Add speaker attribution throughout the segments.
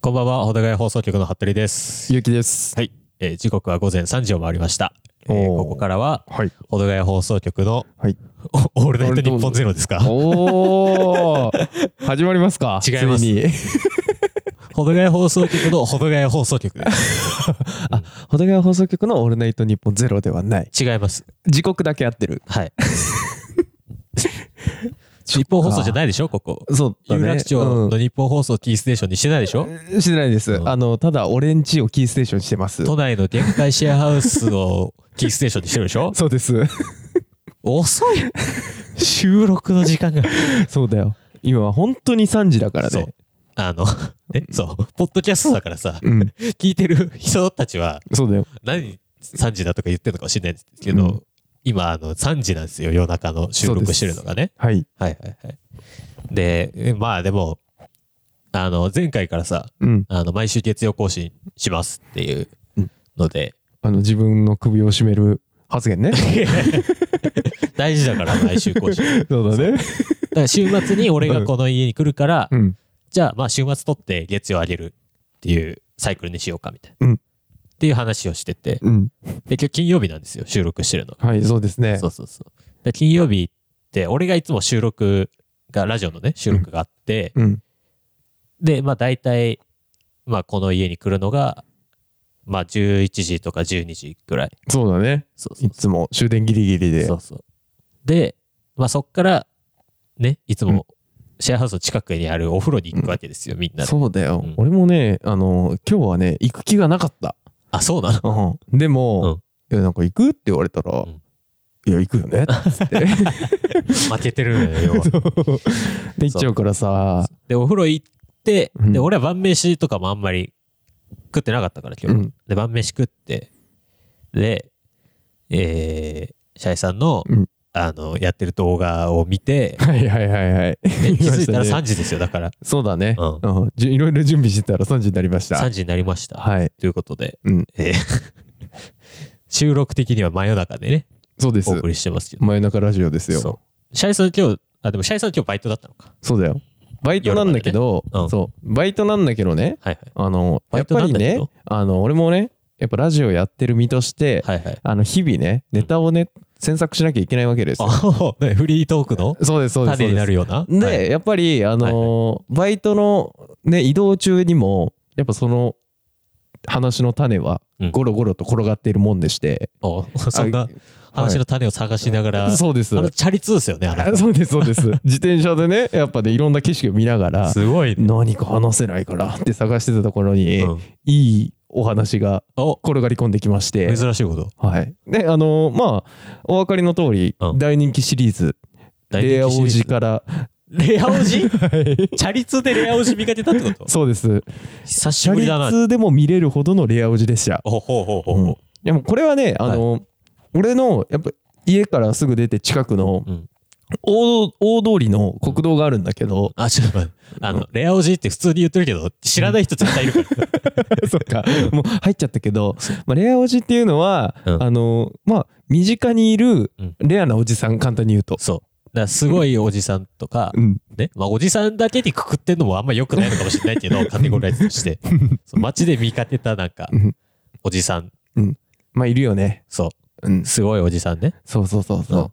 Speaker 1: こんばんは、保田谷放送局の服部です。
Speaker 2: ゆうきです。
Speaker 1: はい、えー時刻は午前3時を回りました。えー
Speaker 2: おー
Speaker 1: ここからは、
Speaker 2: はい。
Speaker 1: 保土ヶ谷放送局の、
Speaker 2: はい
Speaker 1: おオールナイト日本ゼロですか
Speaker 2: おお、 始まりますか。
Speaker 1: 違います
Speaker 2: ついに。
Speaker 1: 保土ヶ谷放送局の 保土ヶ谷放送局です。
Speaker 2: ホテガ放送局のオールナイトニッポンゼロではない。
Speaker 1: 違います。
Speaker 2: 時刻だけ合ってる。
Speaker 1: はい。日本放送じゃないでしょここ。
Speaker 2: そうだ
Speaker 1: 有
Speaker 2: ね。
Speaker 1: 楽町の日本放送キーステーションにしてないでしょ、
Speaker 2: うんしてないです。
Speaker 1: うん
Speaker 2: あのただオレンジをキーステーションしてます。
Speaker 1: 都内の限界シェアハウスをキーステーションにしてるでしょ
Speaker 2: そうです。
Speaker 1: 遅い収録の時間が。
Speaker 2: そうだよ。今は本当に3時だから
Speaker 1: そ
Speaker 2: ね
Speaker 1: う。。あの、ね、そう。ポッドキャストだからさ、
Speaker 2: うん。
Speaker 1: 聞いてる人たちは
Speaker 2: そうだよ。
Speaker 1: 何3時だとか言ってるのかもしれないですけど、
Speaker 2: うん
Speaker 1: 今あの3時なんですよ、夜中の収録してるのがね。
Speaker 2: はい。
Speaker 1: はいはいはい。で、えまあでも、あの、前回からさ、
Speaker 2: うん。
Speaker 1: あの、毎週月曜更新しますっていう
Speaker 2: うん
Speaker 1: ので、
Speaker 2: あの自分の首を絞める発 言ね。
Speaker 1: 大事だから 毎週更新。だ
Speaker 2: そうだね。
Speaker 1: から週末に俺がこの家に来るから、
Speaker 2: うん。
Speaker 1: じゃあまあ週末撮って月曜あげるっていうサイクルにしようかみたいな。
Speaker 2: うん
Speaker 1: っていう話をしてて、
Speaker 2: うん。
Speaker 1: で、今日金曜日なんですよ、収録してるの。
Speaker 2: はい、そうですね
Speaker 1: そ。うそうそう。で、金曜日って、俺がいつも収録が、ラジオのね、収録があって、
Speaker 2: うん。
Speaker 1: で、まあ大体、まあこの家に来るのが、まあ11時とか12時ぐらい。
Speaker 2: そうだね。
Speaker 1: そうそ
Speaker 2: いう
Speaker 1: そ
Speaker 2: つも終電ギリギリ
Speaker 1: う。
Speaker 2: で
Speaker 1: そ。うそうで、まあそっから、ね、いつ
Speaker 2: うん
Speaker 1: もシェアハウスの近くにあるお風呂に行くわけですよ、みんなで。
Speaker 2: そうだよ、
Speaker 1: うん
Speaker 2: 俺もねあの今日はね行く気がなかった、
Speaker 1: あ、そうなの
Speaker 2: でも、いやなんか行くって言われたら、
Speaker 1: ん
Speaker 2: いや行くよ ねっつって
Speaker 1: 負けてるのよ、要は
Speaker 2: で行っちゃうからさ
Speaker 1: で、お風呂行って、
Speaker 2: うん
Speaker 1: で、俺は晩飯とかもあんまり食ってなかったから、今日。
Speaker 2: うん
Speaker 1: で、晩飯食って、で、えー、シャイさんの、
Speaker 2: うん、
Speaker 1: あの、やってる動画を見て
Speaker 2: はいはいはいはい
Speaker 1: で気づいたら
Speaker 2: 見ました
Speaker 1: 3
Speaker 2: ね
Speaker 1: 時ですよ、だ から。
Speaker 2: そうだね、
Speaker 1: うん
Speaker 2: うんじゅいろいろ準備してたら3時になりました
Speaker 1: 3時になりました。
Speaker 2: はい
Speaker 1: ということで、
Speaker 2: うん
Speaker 1: えー 収録的には真夜中でね、
Speaker 2: そうです
Speaker 1: お送りしてますけど。
Speaker 2: 真夜中ラジオですよそ
Speaker 1: そう。シャイさん今日、あ、でもシャイさん今日バイトだったのか。
Speaker 2: うだよバイトなんだけど、
Speaker 1: 夜までねうん
Speaker 2: そうバイトなんだけどね
Speaker 1: はい
Speaker 2: あの
Speaker 1: バ
Speaker 2: や
Speaker 1: イ
Speaker 2: っ
Speaker 1: ト
Speaker 2: ぱ
Speaker 1: なん
Speaker 2: り
Speaker 1: だけど
Speaker 2: ねあの俺もねやっぱラジオやってる身として、
Speaker 1: はい。はいはい。
Speaker 2: あの日々ねネタをね詮索しなきゃいけないわけですよ
Speaker 1: あ、ねフリートークの
Speaker 2: そうですそうです
Speaker 1: 種にな
Speaker 2: そう
Speaker 1: るような。
Speaker 2: ですで、
Speaker 1: はい
Speaker 2: やっぱりあのーバイトのね移動中にもやっぱその話の種は
Speaker 1: うん
Speaker 2: ゴロゴロと転がっているもんでして、
Speaker 1: おそんな話の種を探しながら、
Speaker 2: そうです
Speaker 1: あのチャリ通ですよね、あれ。
Speaker 2: そうですそうです 自転車でねやっぱねいろんな景色を見ながら
Speaker 1: すごいね。
Speaker 2: 何か話せないからって探してたところに、
Speaker 1: うん
Speaker 2: いいお話が
Speaker 1: お
Speaker 2: 転がり込んできまして
Speaker 1: 珍しいこと。
Speaker 2: はいであのーまあお分かりの通り、
Speaker 1: うん
Speaker 2: 大人気シリーズ「レアおじ」から
Speaker 1: レアおじ
Speaker 2: 「は
Speaker 1: チ
Speaker 2: い
Speaker 1: ャリ通でレアおじ見かけたってこと
Speaker 2: そうです
Speaker 1: 久し
Speaker 2: 車
Speaker 1: ぶりだな。
Speaker 2: 列でも見れるほどのレアおじでした。
Speaker 1: おほうほうほう
Speaker 2: う
Speaker 1: ほ
Speaker 2: んでもこれはね、あの、俺のやっぱ家からすぐ出て近くの
Speaker 1: う。うん
Speaker 2: 大大通りの国道があるんだけど、
Speaker 1: あ、ちょっと待って。あの、レアおじって普通に言ってるけど、知らない人絶対いるから。
Speaker 2: そっか、もう入っちゃったけど、まあ、レアおじっていうのは、
Speaker 1: うん
Speaker 2: あの、まあ、身近にいる
Speaker 1: うん
Speaker 2: レアなおじさん、簡単に言うと。
Speaker 1: そう。だからすごいおじさんとか
Speaker 2: う、ん、
Speaker 1: ね。まあ、おじさんだけにくくってんのもあんま良くないのかもしれないけど、カテゴライズとして。そう街で見かけたなんか
Speaker 2: うん、
Speaker 1: おじさん、
Speaker 2: まあ、いるよね。
Speaker 1: そう。
Speaker 2: うん、
Speaker 1: すごいおじさんね。
Speaker 2: そうそうそうそう。
Speaker 1: うん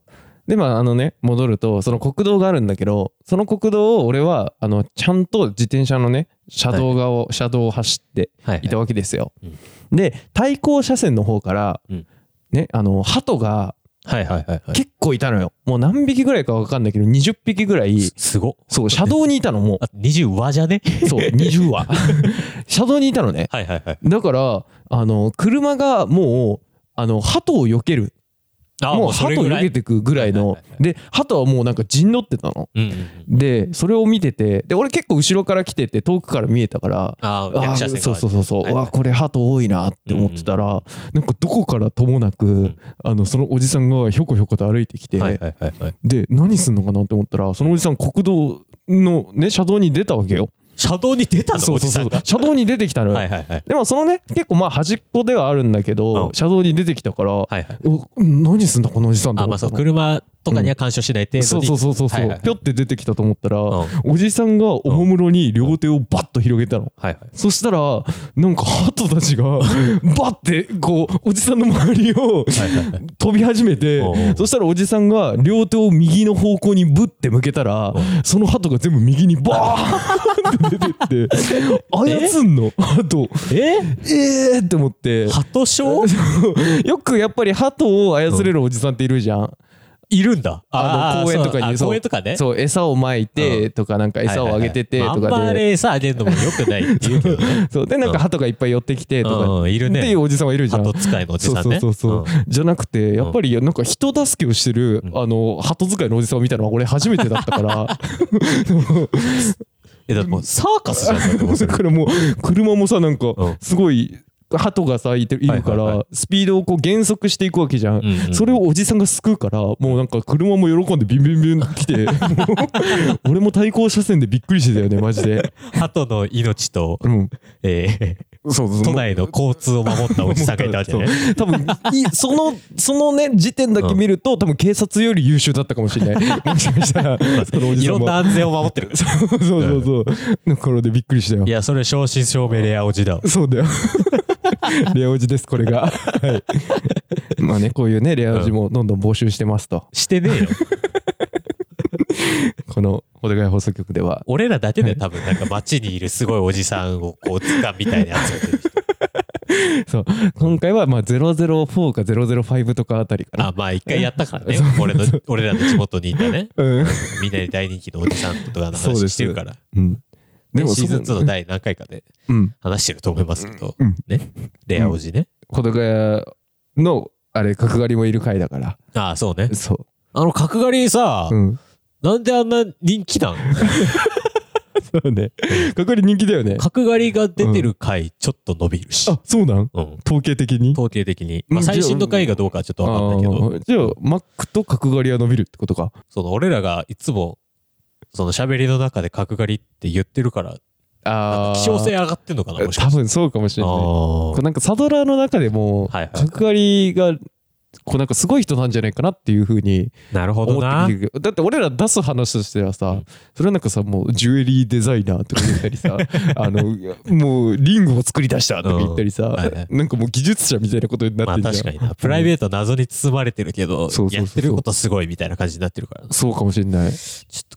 Speaker 2: でまあ、あのね戻るとその国道があるんだけどその国道を俺はあのちゃんと自転車のね車道側を、車道を走って
Speaker 1: はい
Speaker 2: いたわけですよ。
Speaker 1: うん
Speaker 2: で対向車線の方から、
Speaker 1: うん
Speaker 2: ねあの鳩が
Speaker 1: はいはいはいはい。
Speaker 2: 結構いたのよ。もう何匹ぐらいか分かんないけど20匹ぐらい
Speaker 1: すすごっ。
Speaker 2: そう車道にいたのも
Speaker 1: あ、20話じゃね
Speaker 2: うそう20羽 車道にいたのね。
Speaker 1: はいはいはい。
Speaker 2: だからあの車がもうあの鳩を避ける
Speaker 1: あ
Speaker 2: もう鳩を避け
Speaker 1: い。
Speaker 2: てくぐらい
Speaker 1: は
Speaker 2: の
Speaker 1: いはいはい
Speaker 2: で鳩はもうなんか陣取ってたの。
Speaker 1: うんうんうん。
Speaker 2: でそれを見ててで俺結構後ろから来てて遠くから見えたから
Speaker 1: ああ、
Speaker 2: あ
Speaker 1: 役者
Speaker 2: ー
Speaker 1: 線
Speaker 2: そうそう
Speaker 1: う。
Speaker 2: そうそう、
Speaker 1: はいう
Speaker 2: わこれ鳩多いなって思ってたら、なんかどこからともなく、
Speaker 1: ん
Speaker 2: あのそのおじさんがひょこひょこと歩いてきて、
Speaker 1: はいはいはいはい。
Speaker 2: で何すんのかなって思ったらそのおじさん国道のね車道に出たわけよ
Speaker 1: 車道に出たの
Speaker 2: そ
Speaker 1: お
Speaker 2: う
Speaker 1: じ
Speaker 2: そう
Speaker 1: さ
Speaker 2: そ
Speaker 1: ん
Speaker 2: う
Speaker 1: が。
Speaker 2: 車道に出てきたのよ、
Speaker 1: はいはいはい。
Speaker 2: でもそのね結構まあ端っこではあるんだけど、
Speaker 1: うん
Speaker 2: 車道に出てきたから、
Speaker 1: はいはい。
Speaker 2: お何すんだこのおじさんと
Speaker 1: あ、
Speaker 2: 思
Speaker 1: ま
Speaker 2: っ
Speaker 1: あそ
Speaker 2: た
Speaker 1: う、
Speaker 2: の
Speaker 1: 車とかには干渉しない程
Speaker 2: そ
Speaker 1: 度
Speaker 2: う
Speaker 1: に、
Speaker 2: そうそうそう
Speaker 1: はいはいはい
Speaker 2: ぴょって出てきたと思ったら、
Speaker 1: うん
Speaker 2: おじさんがおもむろに両手をバッと広げたの、
Speaker 1: はいはい
Speaker 2: そしたらなんかハトたち がバッてこうおじさんの周りを
Speaker 1: はいはい
Speaker 2: 飛び始めて
Speaker 1: おうおう
Speaker 2: そしたらおじさんが両手を右の方向にブッて向けたらそのハトが全部右にバーンって出てっ て操んのハト
Speaker 1: え
Speaker 2: えーって思って
Speaker 1: 鳩症
Speaker 2: よくやっぱりハトを操れるおじさんっているじゃん
Speaker 1: いるんだー
Speaker 2: あの公園とかに
Speaker 1: そ
Speaker 2: そう
Speaker 1: あ
Speaker 2: う
Speaker 1: 公園とかね
Speaker 2: そう餌をまいてとかなんか餌をあげてて
Speaker 1: はいは
Speaker 2: と
Speaker 1: いはいまああんま
Speaker 2: か
Speaker 1: あ
Speaker 2: で
Speaker 1: れ餌あげるのもよくないっていうけどね
Speaker 2: そうでなんかハトがいっぱい寄ってきてと
Speaker 1: うんう
Speaker 2: か
Speaker 1: んいる
Speaker 2: っ
Speaker 1: ね
Speaker 2: ていうおじさんはいるじゃん
Speaker 1: 鳩使いのおじ
Speaker 2: そ
Speaker 1: さ
Speaker 2: うんそう
Speaker 1: ね
Speaker 2: そうそうじゃなくてやっぱりなんか人助けをしてる
Speaker 1: うん
Speaker 2: あの鳩使いのおじさんを見たのは俺初めてだったから
Speaker 1: えだってもうサーカスじゃんだってもうそ
Speaker 2: だ
Speaker 1: れ
Speaker 2: からもう車もさなんか
Speaker 1: うん
Speaker 2: すごい鳩がさいているか
Speaker 1: はいはいは
Speaker 2: らスピードをこう減速していくわけじゃん
Speaker 1: うんうん
Speaker 2: それをおじさんが救うからもうなんか車も喜んでビンビンビンって来 てもう俺も対向車線でびっくりしてたよねマジで
Speaker 1: 鳩の命と、
Speaker 2: うん
Speaker 1: え
Speaker 2: そうそう
Speaker 1: ー、都内の交通を守ったおじさんがいたわけね
Speaker 2: そう多分 いそのそのね時点だけ見ると、多分警察より優秀だったかも しれない もしかしたらそのお
Speaker 1: い
Speaker 2: じさ
Speaker 1: ろ
Speaker 2: ん
Speaker 1: ん
Speaker 2: も
Speaker 1: な安全を守ってる
Speaker 2: そうそうそうだからでびっくりしたよ
Speaker 1: いやそれ正真正銘レアおじだわ
Speaker 2: そうだよ レアおじですこれが、はい、まあねこういうねレアおじもどんどん募集してますと、
Speaker 1: してねえよ
Speaker 2: この「お互い放送局」では
Speaker 1: 俺らだけで多分なんか街にいるすごいおじさんをこう図鑑みたいに集めてる人
Speaker 2: そう今回はまあ004か005とかあたりかな
Speaker 1: あまあ一回やったからね俺の俺らの地元にいたね
Speaker 2: うん、
Speaker 1: みんなに大人気のおじさんとかの
Speaker 2: そう
Speaker 1: 話
Speaker 2: です
Speaker 1: してるから
Speaker 2: うん、
Speaker 1: ねシーズン2
Speaker 2: そ
Speaker 1: の第何回かで
Speaker 2: うん
Speaker 1: 話してると思いますけど、
Speaker 2: うん
Speaker 1: ねレアおじね、
Speaker 2: 小高屋のあれ角刈りもいる回だから
Speaker 1: ああそうね
Speaker 2: そ
Speaker 1: あの角刈りさ、
Speaker 2: う、うん、
Speaker 1: なんであんな人気なん
Speaker 2: そうね角刈り人気だよね
Speaker 1: 角刈りが出てる回ちょっと伸びるし、
Speaker 2: あそうなん
Speaker 1: うん、
Speaker 2: 統計的に
Speaker 1: 統計的に、まあ、
Speaker 2: うんじゃあ
Speaker 1: 最新の回がどうかはちょっと分かんないけど
Speaker 2: あーじゃあマックと角刈りは伸びるってことか
Speaker 1: その俺らがいつもその喋りの中で角刈りって言ってるから
Speaker 2: あー
Speaker 1: 希少性上がってんのかなもしか
Speaker 2: 多
Speaker 1: して
Speaker 2: 分そうかもしれ
Speaker 1: あ
Speaker 2: ないこ
Speaker 1: ー
Speaker 2: うなんかサドラーの中でも
Speaker 1: はいはい
Speaker 2: 角刈りがこうなんかすごい人なんじゃないかなっていうふうに
Speaker 1: なるほど
Speaker 2: 思
Speaker 1: な
Speaker 2: ってきてるだって俺ら出す話としてはさ、
Speaker 1: うん
Speaker 2: それはなんかさもうジュエリーデザイナーとか言った りさあのもうリングを作り出したとか言ったりさ、
Speaker 1: はいはい
Speaker 2: なんかもう技術者みたいなことにな
Speaker 1: ま
Speaker 2: っ
Speaker 1: あ
Speaker 2: てる
Speaker 1: 確
Speaker 2: じゃ
Speaker 1: か
Speaker 2: ん、
Speaker 1: になプライベート謎に包まれてるけど
Speaker 2: そうそうそうそう
Speaker 1: やってることすごいみたいな感じになってるからなちょ
Speaker 2: そうかもしれない、
Speaker 1: っと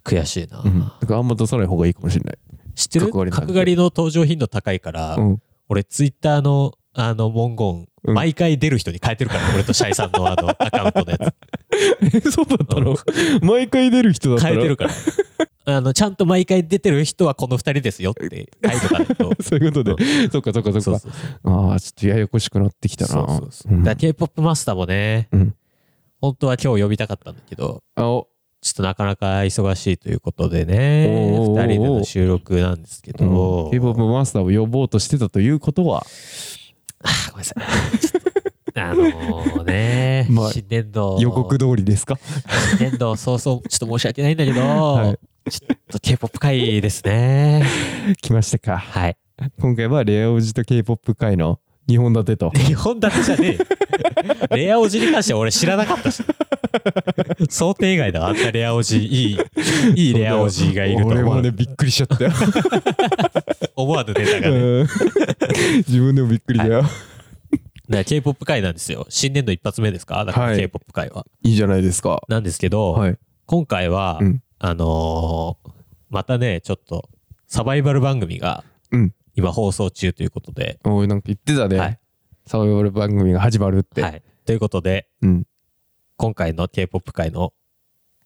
Speaker 1: 悔しいな、
Speaker 2: うん、だからあんま出さない方がいいかもしれない、
Speaker 1: 知ってる
Speaker 2: 角刈りなんて
Speaker 1: 角刈りの登場頻度高いから、
Speaker 2: うん、
Speaker 1: 俺ツイッターのあの文言、
Speaker 2: うん
Speaker 1: 毎回出る人に変えてる から俺とシャイさんのあのアカウントのや
Speaker 2: えそうだったの毎回出る人だっ
Speaker 1: つ
Speaker 2: たの
Speaker 1: 変えて るからあのちゃんと毎回出てる人はこの2人ですよって書いとかないと
Speaker 2: そういうことで、そっかそっかそっか
Speaker 1: そうそうそう
Speaker 2: ああちょっとややこしくなってきたな
Speaker 1: そうそうそう
Speaker 2: うん
Speaker 1: だから K-POP マスターもね、
Speaker 2: うん
Speaker 1: 本当は今日呼びたかったんだけど、
Speaker 2: あお
Speaker 1: ちょっとなかなか忙しいということでね、
Speaker 2: おーおーおー
Speaker 1: 2人での収録なんですけ
Speaker 2: うん
Speaker 1: ど、
Speaker 2: K-POP マスターを呼ぼうとしてたということは
Speaker 1: あーごめんなさい。ちょっとあのーね、
Speaker 2: まあ
Speaker 1: 新年度、
Speaker 2: 予告通りですか
Speaker 1: 新年度早々、ちょっと申し訳ないんだけど、
Speaker 2: は
Speaker 1: ちょっと K-POP 会ですね。
Speaker 2: 来ましたか
Speaker 1: はい。
Speaker 2: 今回はレアおじと K-POP 界の2本立て と
Speaker 1: 日本だけじゃねえ よ。レアおじに関しては俺知らなかったし。想定外だわ。あんなレアおじ、いい、いいレアおじがいると
Speaker 2: 俺
Speaker 1: 思
Speaker 2: も
Speaker 1: わ,、
Speaker 2: ねびっくりしちゃったよ、
Speaker 1: 思わぬネタがね。だか
Speaker 2: うん 自分でもびっくりだよ、
Speaker 1: ら K-POP 会なんですよ。新年度一発目ですかだから
Speaker 2: はい
Speaker 1: K-POP 会は。
Speaker 2: い、いじゃないですか
Speaker 1: なんですけど、
Speaker 2: はい
Speaker 1: 今回は、
Speaker 2: うん
Speaker 1: あのーまたね、ちょっとサバイバル番組が
Speaker 2: うん
Speaker 1: 今放送中ということで、
Speaker 2: おいなんか言ってたね、
Speaker 1: はい
Speaker 2: サバイバル番組が始まるって、
Speaker 1: はい。ということで、
Speaker 2: うん
Speaker 1: 今回の K-POP 会の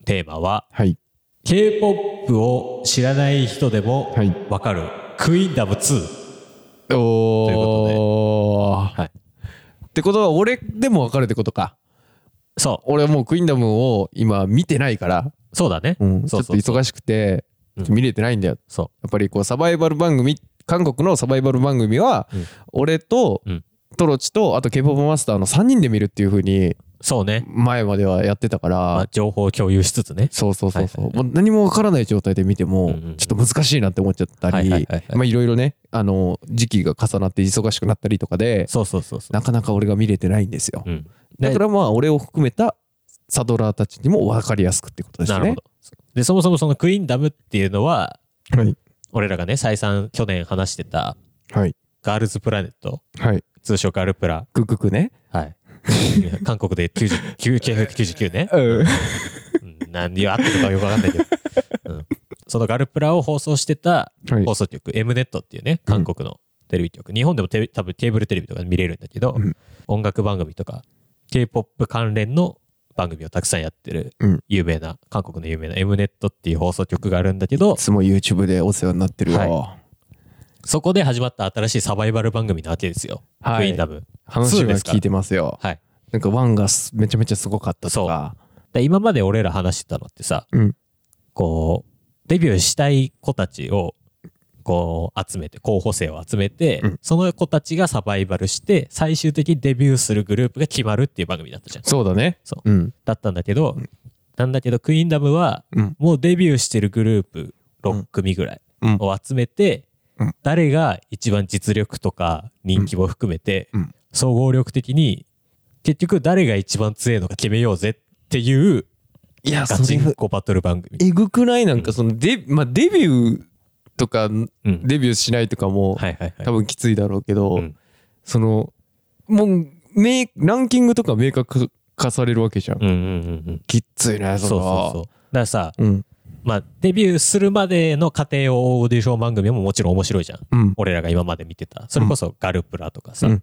Speaker 1: テーマは、
Speaker 2: はい
Speaker 1: K-POP を知らない人でも
Speaker 2: はい
Speaker 1: わかる、クイーンダム2。という
Speaker 2: おー
Speaker 1: はい
Speaker 2: ってことは俺でも分かるってことか
Speaker 1: そ
Speaker 2: 俺はもうクイーンダムを今見てないから、
Speaker 1: う、そうだね。
Speaker 2: ち
Speaker 1: そ
Speaker 2: ょ
Speaker 1: う
Speaker 2: っと
Speaker 1: そう
Speaker 2: 忙しくて
Speaker 1: うん
Speaker 2: 見れてないんだよ、
Speaker 1: そ
Speaker 2: やっぱりこうサバイバル番組韓国のサバイバル番組は、
Speaker 1: うん
Speaker 2: 俺と、
Speaker 1: うん
Speaker 2: トロチとあと k p o p マスターの3人で見るっていう風に
Speaker 1: う。そうね。
Speaker 2: 前まではやってたから、
Speaker 1: まあ、情報を共有しつつね。
Speaker 2: そうそうそうそう、
Speaker 1: はい
Speaker 2: もう何もわからない状態で見ても、
Speaker 1: うんうんうん
Speaker 2: ちょっと難しいなって思っちゃったり、
Speaker 1: はいいはいはいはい
Speaker 2: まあいろいろねあの時期が重なって忙しくなったりとかで
Speaker 1: そうそうそうそう。
Speaker 2: なかなか俺が見れてないんですよ、
Speaker 1: うん。
Speaker 2: だからまあ俺を含めたサドラーたちにも分かりやすくってことですね。
Speaker 1: なるほど。で、そもそもそのクイーンダムっていうのは、
Speaker 2: ど。はい。
Speaker 1: 俺らがね、再三去年話してた
Speaker 2: はい。
Speaker 1: ガールズプラネット、
Speaker 2: はい。
Speaker 1: 通称ガルプラ。
Speaker 2: グググね。
Speaker 1: はい。 韓国で90 999ね。
Speaker 2: う
Speaker 1: う
Speaker 2: ん。
Speaker 1: ん何があったのかよくわかんないけど。うんそのガルプラを放送してた
Speaker 2: はい
Speaker 1: 放。送局、M ネットっていうね、韓国のテレビ局、日本でもテレ多分ケーブルテレビとかで見れるんだけど、
Speaker 2: うん
Speaker 1: 音楽番組とか、K-POP 関連の番組をたくさんやってる
Speaker 2: うん、
Speaker 1: 有名な、韓国の有名な M ネットっていう放送局があるんだけど
Speaker 2: い、つも YouTube でお世話になってる
Speaker 1: は
Speaker 2: わ。
Speaker 1: そこで始まった新しいサバイバル番組なわけですよ。
Speaker 2: は
Speaker 1: ク
Speaker 2: い
Speaker 1: イーンダム。
Speaker 2: 話
Speaker 1: そう
Speaker 2: は
Speaker 1: ですか
Speaker 2: 聞いてますよ。
Speaker 1: はい。
Speaker 2: なんかワンがすめちゃめちゃすごかったとか。
Speaker 1: で今まで俺ら話してたのってさ、
Speaker 2: うん
Speaker 1: こう、デビューしたい子たちを、こう、集めて、候補生を集めて、
Speaker 2: うん
Speaker 1: その子たちがサバイバルして、最終的にデビューするグループが決まるっていう番組だったじゃん。
Speaker 2: そうだね。。
Speaker 1: そう
Speaker 2: うん。
Speaker 1: だったんだけど、なんだけど、クイーンダムは、
Speaker 2: うん。
Speaker 1: もうデビューしてるグループ6組ぐらい
Speaker 2: うん
Speaker 1: を集めて、
Speaker 2: うん
Speaker 1: 誰が一番実力とか人気も含めて、
Speaker 2: うん
Speaker 1: 総合力的に結局誰が一番強いのか決めようぜっていう
Speaker 2: いや、
Speaker 1: ガ
Speaker 2: そ
Speaker 1: チ
Speaker 2: れ
Speaker 1: ン、コバトル番組。
Speaker 2: えぐくないなんかその、デ、まあデビューとか、
Speaker 1: うん
Speaker 2: デビューしないとかも、
Speaker 1: はいはいはい。
Speaker 2: 多分きついだろうけど、
Speaker 1: うん
Speaker 2: その、もう、明ランキングとか明確化されるわけじゃん。
Speaker 1: うんうんうんうん。
Speaker 2: きっついね、
Speaker 1: そう
Speaker 2: れ
Speaker 1: そう
Speaker 2: は
Speaker 1: そう。だからさ、
Speaker 2: うん。
Speaker 1: まあ、デビューするまでの過程を追うオーディション番組ももちろん面白いじゃん。
Speaker 2: うん。
Speaker 1: 俺らが今まで見てた。それこそガルプラとかさ、
Speaker 2: うん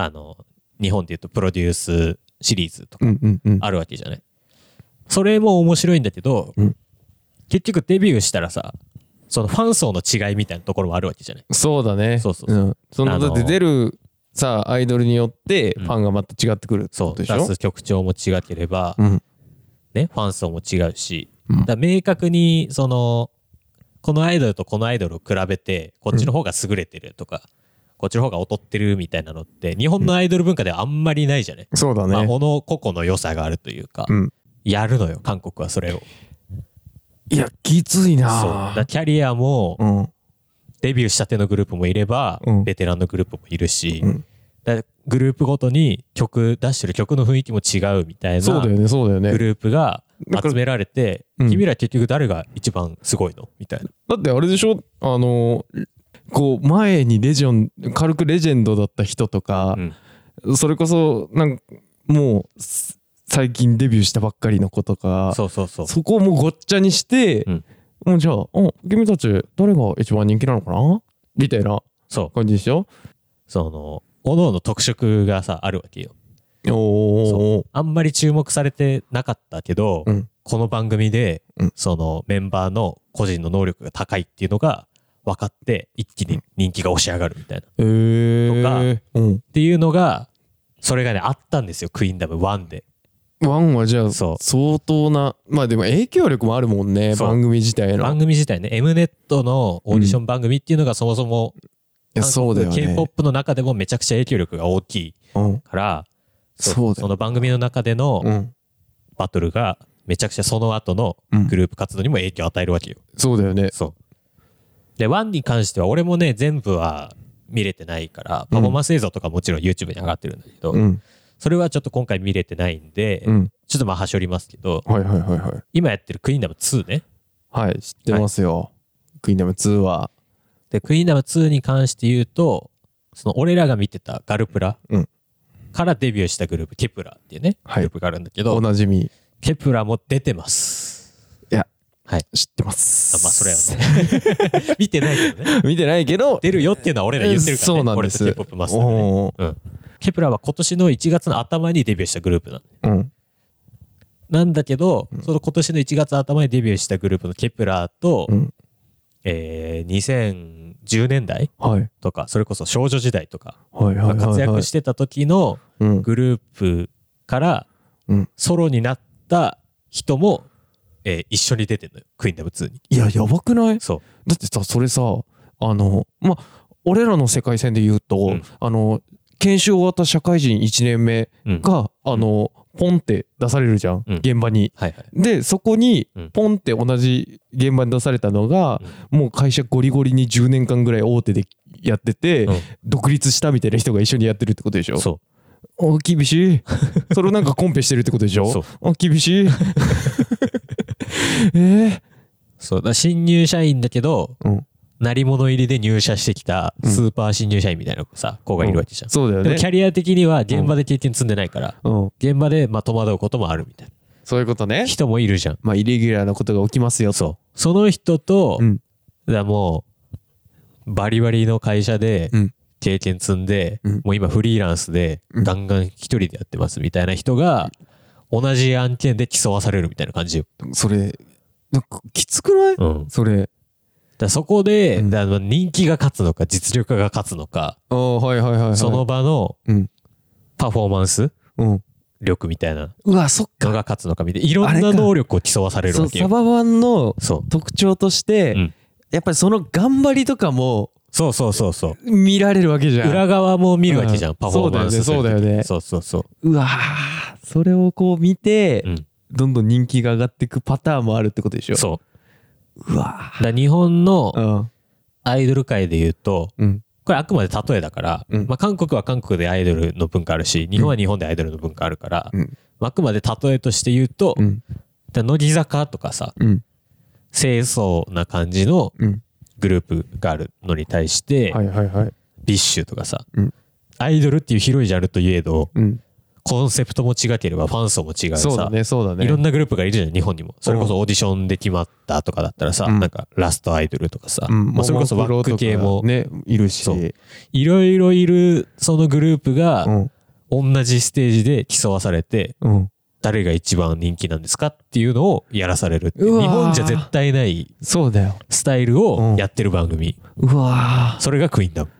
Speaker 1: あの、日本で言うとプロデュースシリーズとか
Speaker 2: うんうんうん。
Speaker 1: あるわけじゃない。それも面白いんだけど、
Speaker 2: うん
Speaker 1: 結局デビューしたらさ、そのファン層の違いみたいなところもあるわけじゃない。
Speaker 2: そうだね。
Speaker 1: そうそうそ
Speaker 2: んその、
Speaker 1: あのー
Speaker 2: だって出る、さアイドルによって、
Speaker 1: う
Speaker 2: フ
Speaker 1: ん
Speaker 2: ァンがまた違ってくるって
Speaker 1: そ
Speaker 2: こ
Speaker 1: う、
Speaker 2: と
Speaker 1: 出
Speaker 2: でしょ
Speaker 1: す曲調も違ければ、
Speaker 2: うん。
Speaker 1: ね、ファン層も違うし、
Speaker 2: うん
Speaker 1: だから明確にそのこのアイドルとこのアイドルを比べてこっちの方が優れてるとか、こっちの方が劣ってるみたいなのって日本のアイドル文化ではあんまりないじゃない、
Speaker 2: そうだ
Speaker 1: まあ、
Speaker 2: ね。
Speaker 1: この個々の良さがあるというか、
Speaker 2: うん。
Speaker 1: やるのよ韓国はそれを
Speaker 2: いや、きつい
Speaker 1: そうだ
Speaker 2: な
Speaker 1: からキャリアも
Speaker 2: うん。
Speaker 1: デビューしたてのグループもいれば、
Speaker 2: うん
Speaker 1: ベテランのグループもいるし、
Speaker 2: うん
Speaker 1: だからグループごとに曲出してる曲の雰囲気も違うみたい
Speaker 2: そう
Speaker 1: な
Speaker 2: だよね、そうだよね
Speaker 1: グ。ループが
Speaker 2: だから
Speaker 1: 集められて、
Speaker 2: うん
Speaker 1: 君ら結局誰が一番すごいのみたいな。
Speaker 2: だってあれでしょあのこう前にレジェン軽くレジェンドだった人とか、それこそなんかもうす最近デビューしたばっかりの子とか
Speaker 1: そうそうそう。
Speaker 2: そこをもうごっちゃにして、
Speaker 1: うん
Speaker 2: もうじゃあお君たち誰が一番人気なのかなみたいな
Speaker 1: そう。
Speaker 2: 感じでしょ
Speaker 1: その、おのの特色がさ、あるわけよ。
Speaker 2: おーおー
Speaker 1: あんまり注目されてなかったけど、
Speaker 2: うん
Speaker 1: この番組で、
Speaker 2: うん
Speaker 1: そのメンバーの個人の能力が高いっていうのが分かって、一気に人気が押し上がるみたいな。っ
Speaker 2: えー、うん
Speaker 1: ていうのが、それがね、あったんですよ、クイーンダム1で。
Speaker 2: ワンはじゃあ
Speaker 1: そう
Speaker 2: 相当なまあでも影響力もあるもんね
Speaker 1: そう
Speaker 2: 番組自体の
Speaker 1: 番組自体ね、M ネットのオーディション番組っていうのがそもそも、
Speaker 2: いやそうだよね
Speaker 1: K-POP の中でもめちゃくちゃ影響力が大きい
Speaker 2: うん
Speaker 1: から、
Speaker 2: そうだ
Speaker 1: そ
Speaker 2: よ
Speaker 1: の番組の中での
Speaker 2: うん
Speaker 1: バトルがめちゃくちゃその後の
Speaker 2: うん
Speaker 1: グループ活動にも影響を与えるわけよ。
Speaker 2: そうだよね
Speaker 1: そう。で、ワンに関しては俺もね、全部は見れてないから、パフォーマンス映像とかもちろん YouTube に上がってるんだけど、
Speaker 2: うん
Speaker 1: それはちょっと今回見れてないんで、
Speaker 2: うん
Speaker 1: ちょっとまあ端折りますけど、
Speaker 2: はいはいはいはい
Speaker 1: 今やってるクイーンダム2ね。
Speaker 2: はい、知ってますよ。クイーンダム2は。
Speaker 1: で、クイーンダム2に関して言うと、その俺らが見てたガルプラ
Speaker 2: うん
Speaker 1: からデビューしたグループ、ケプラっていうね、
Speaker 2: はい
Speaker 1: グループがあるんだけ
Speaker 2: お
Speaker 1: ど、
Speaker 2: なじみ。
Speaker 1: ケプラも出てます。
Speaker 2: いや、
Speaker 1: はい。
Speaker 2: 知ってま
Speaker 1: あ
Speaker 2: す。
Speaker 1: まあそれは ね見てないけどね
Speaker 2: ね。見てないけど、
Speaker 1: 出るよっていうのは俺ら言ってるからね
Speaker 2: そうなんです。
Speaker 1: 俺と K-POP マスターでね
Speaker 2: おー
Speaker 1: うんケプラは今年の1月の頭にデビューしたグループなん
Speaker 2: うん。
Speaker 1: なんだけど、その今年の1月頭にデビューしたグループのケプラと、
Speaker 2: うん。
Speaker 1: えー2010年代
Speaker 2: はい。
Speaker 1: とかそれこそ少女時代とか
Speaker 2: はいはいは
Speaker 1: が
Speaker 2: い、はい。
Speaker 1: 活躍してた時の
Speaker 2: うん。
Speaker 1: グループから
Speaker 2: うん。
Speaker 1: ソロになった人も、えー一緒に出てるのよクイーンダム2に
Speaker 2: いや、やばくない
Speaker 1: そう
Speaker 2: だってさ、それさ、あの、ま、俺らの世界線で言うと、
Speaker 1: うん
Speaker 2: あの、研修終わった社会人1年目
Speaker 1: うん
Speaker 2: が、あの、ポンって出されるじゃん、
Speaker 1: うん
Speaker 2: 現場に。
Speaker 1: はいはい
Speaker 2: でそこに
Speaker 1: うん
Speaker 2: ポンって同じ現場に出されたのが、もう会社ゴリゴリに10年間ぐらい大手でやってて、
Speaker 1: うん
Speaker 2: 独立したみたいな人が一緒にやってるってことでしょ
Speaker 1: そ
Speaker 2: お厳 しいそれをなんかコンペしてるってことでし
Speaker 1: そう
Speaker 2: ょお厳 しいえ
Speaker 1: そうだから新入社員だけど、
Speaker 2: ーうん、
Speaker 1: 鳴り物入りで入社してきたスーパー新入社員みたいなさ、子がいるわけじゃん。
Speaker 2: そうだよ
Speaker 1: でも
Speaker 2: ね
Speaker 1: キャリア的には現場で経験積んでないから、
Speaker 2: うん、
Speaker 1: 現場でまあ戸惑うこともあるみたい
Speaker 2: そういうこと
Speaker 1: な
Speaker 2: ね
Speaker 1: 人もいるじゃん。
Speaker 2: まあイレギュラーなことが起きますよと
Speaker 1: そう。その人と、
Speaker 2: うん
Speaker 1: だからもう、バリバリの会社で
Speaker 2: うん
Speaker 1: 経験積んで、
Speaker 2: うん
Speaker 1: もう今フリーランスで
Speaker 2: うん
Speaker 1: ガンガン一人でやってますみたいな人が、同じ案件で競わされるみたいな感じよ。
Speaker 2: それなんかきつくない、
Speaker 1: うん。だか
Speaker 2: それ
Speaker 1: らそこで、
Speaker 2: うん
Speaker 1: だから人気が勝つのか、実力が勝つのか、
Speaker 2: ああはいはいはい、はい、
Speaker 1: その場の
Speaker 2: うん
Speaker 1: パフォーマンス
Speaker 2: うん
Speaker 1: 力みたいな
Speaker 2: うわそっ
Speaker 1: のが勝つのかみたいな、いろんな能力を競わされる
Speaker 2: そ
Speaker 1: わ
Speaker 2: う
Speaker 1: け
Speaker 2: サ
Speaker 1: よ。
Speaker 2: バワンの
Speaker 1: そう。
Speaker 2: 特徴として、
Speaker 1: うん
Speaker 2: やっぱりその頑張りとかも
Speaker 1: そうそうそうそう。
Speaker 2: 見られるわけじゃん
Speaker 1: 裏側も見るわけじゃん、
Speaker 2: うん
Speaker 1: パフォーマンスする
Speaker 2: そうだよねそうだよね
Speaker 1: そうそうそう
Speaker 2: うわーそれをこう見て、
Speaker 1: うん
Speaker 2: どんどん人気が上がっていくパターンもあるってことでしょ
Speaker 1: そう
Speaker 2: うわ
Speaker 1: だから日本の
Speaker 2: ー
Speaker 1: アイドル界で言うと
Speaker 2: うんうん
Speaker 1: これあくまで例えだから、
Speaker 2: うん
Speaker 1: まあ、韓国は韓国でアイドルの文化あるし日本は日本でアイドルの文化あるから、
Speaker 2: うん
Speaker 1: まああくまで例えとして言うと、だか
Speaker 2: うん
Speaker 1: ら乃木坂とかさ
Speaker 2: うん
Speaker 1: 清楚な感じの
Speaker 2: うん
Speaker 1: グループがあるのに対して、
Speaker 2: はいはいはい
Speaker 1: ビッシュとかさ、
Speaker 2: うん
Speaker 1: アイドルっていう広いジャンルといえど
Speaker 2: うん
Speaker 1: コンセプトも違ければファン層も違う
Speaker 2: そう
Speaker 1: さ
Speaker 2: だねそうだね
Speaker 1: いろんなグループがいるじゃん、日本にも。それこそオーディションで決まったとかだったらさ、
Speaker 2: うん
Speaker 1: なんかラストアイドルとかさ、
Speaker 2: うん
Speaker 1: まあそれこそワック系も、
Speaker 2: ねいるし
Speaker 1: そういろいろいるそのグループ
Speaker 2: う
Speaker 1: が
Speaker 2: ん
Speaker 1: 同じステージで競わされて、
Speaker 2: うん
Speaker 1: 誰が一番人気なんですかっていうのをやらされるっていう
Speaker 2: うわ
Speaker 1: 日
Speaker 2: ー
Speaker 1: 本じゃ絶対ない
Speaker 2: そうだよ
Speaker 1: スタイルをやってる番組。
Speaker 2: うわ
Speaker 1: それがクイーンダム。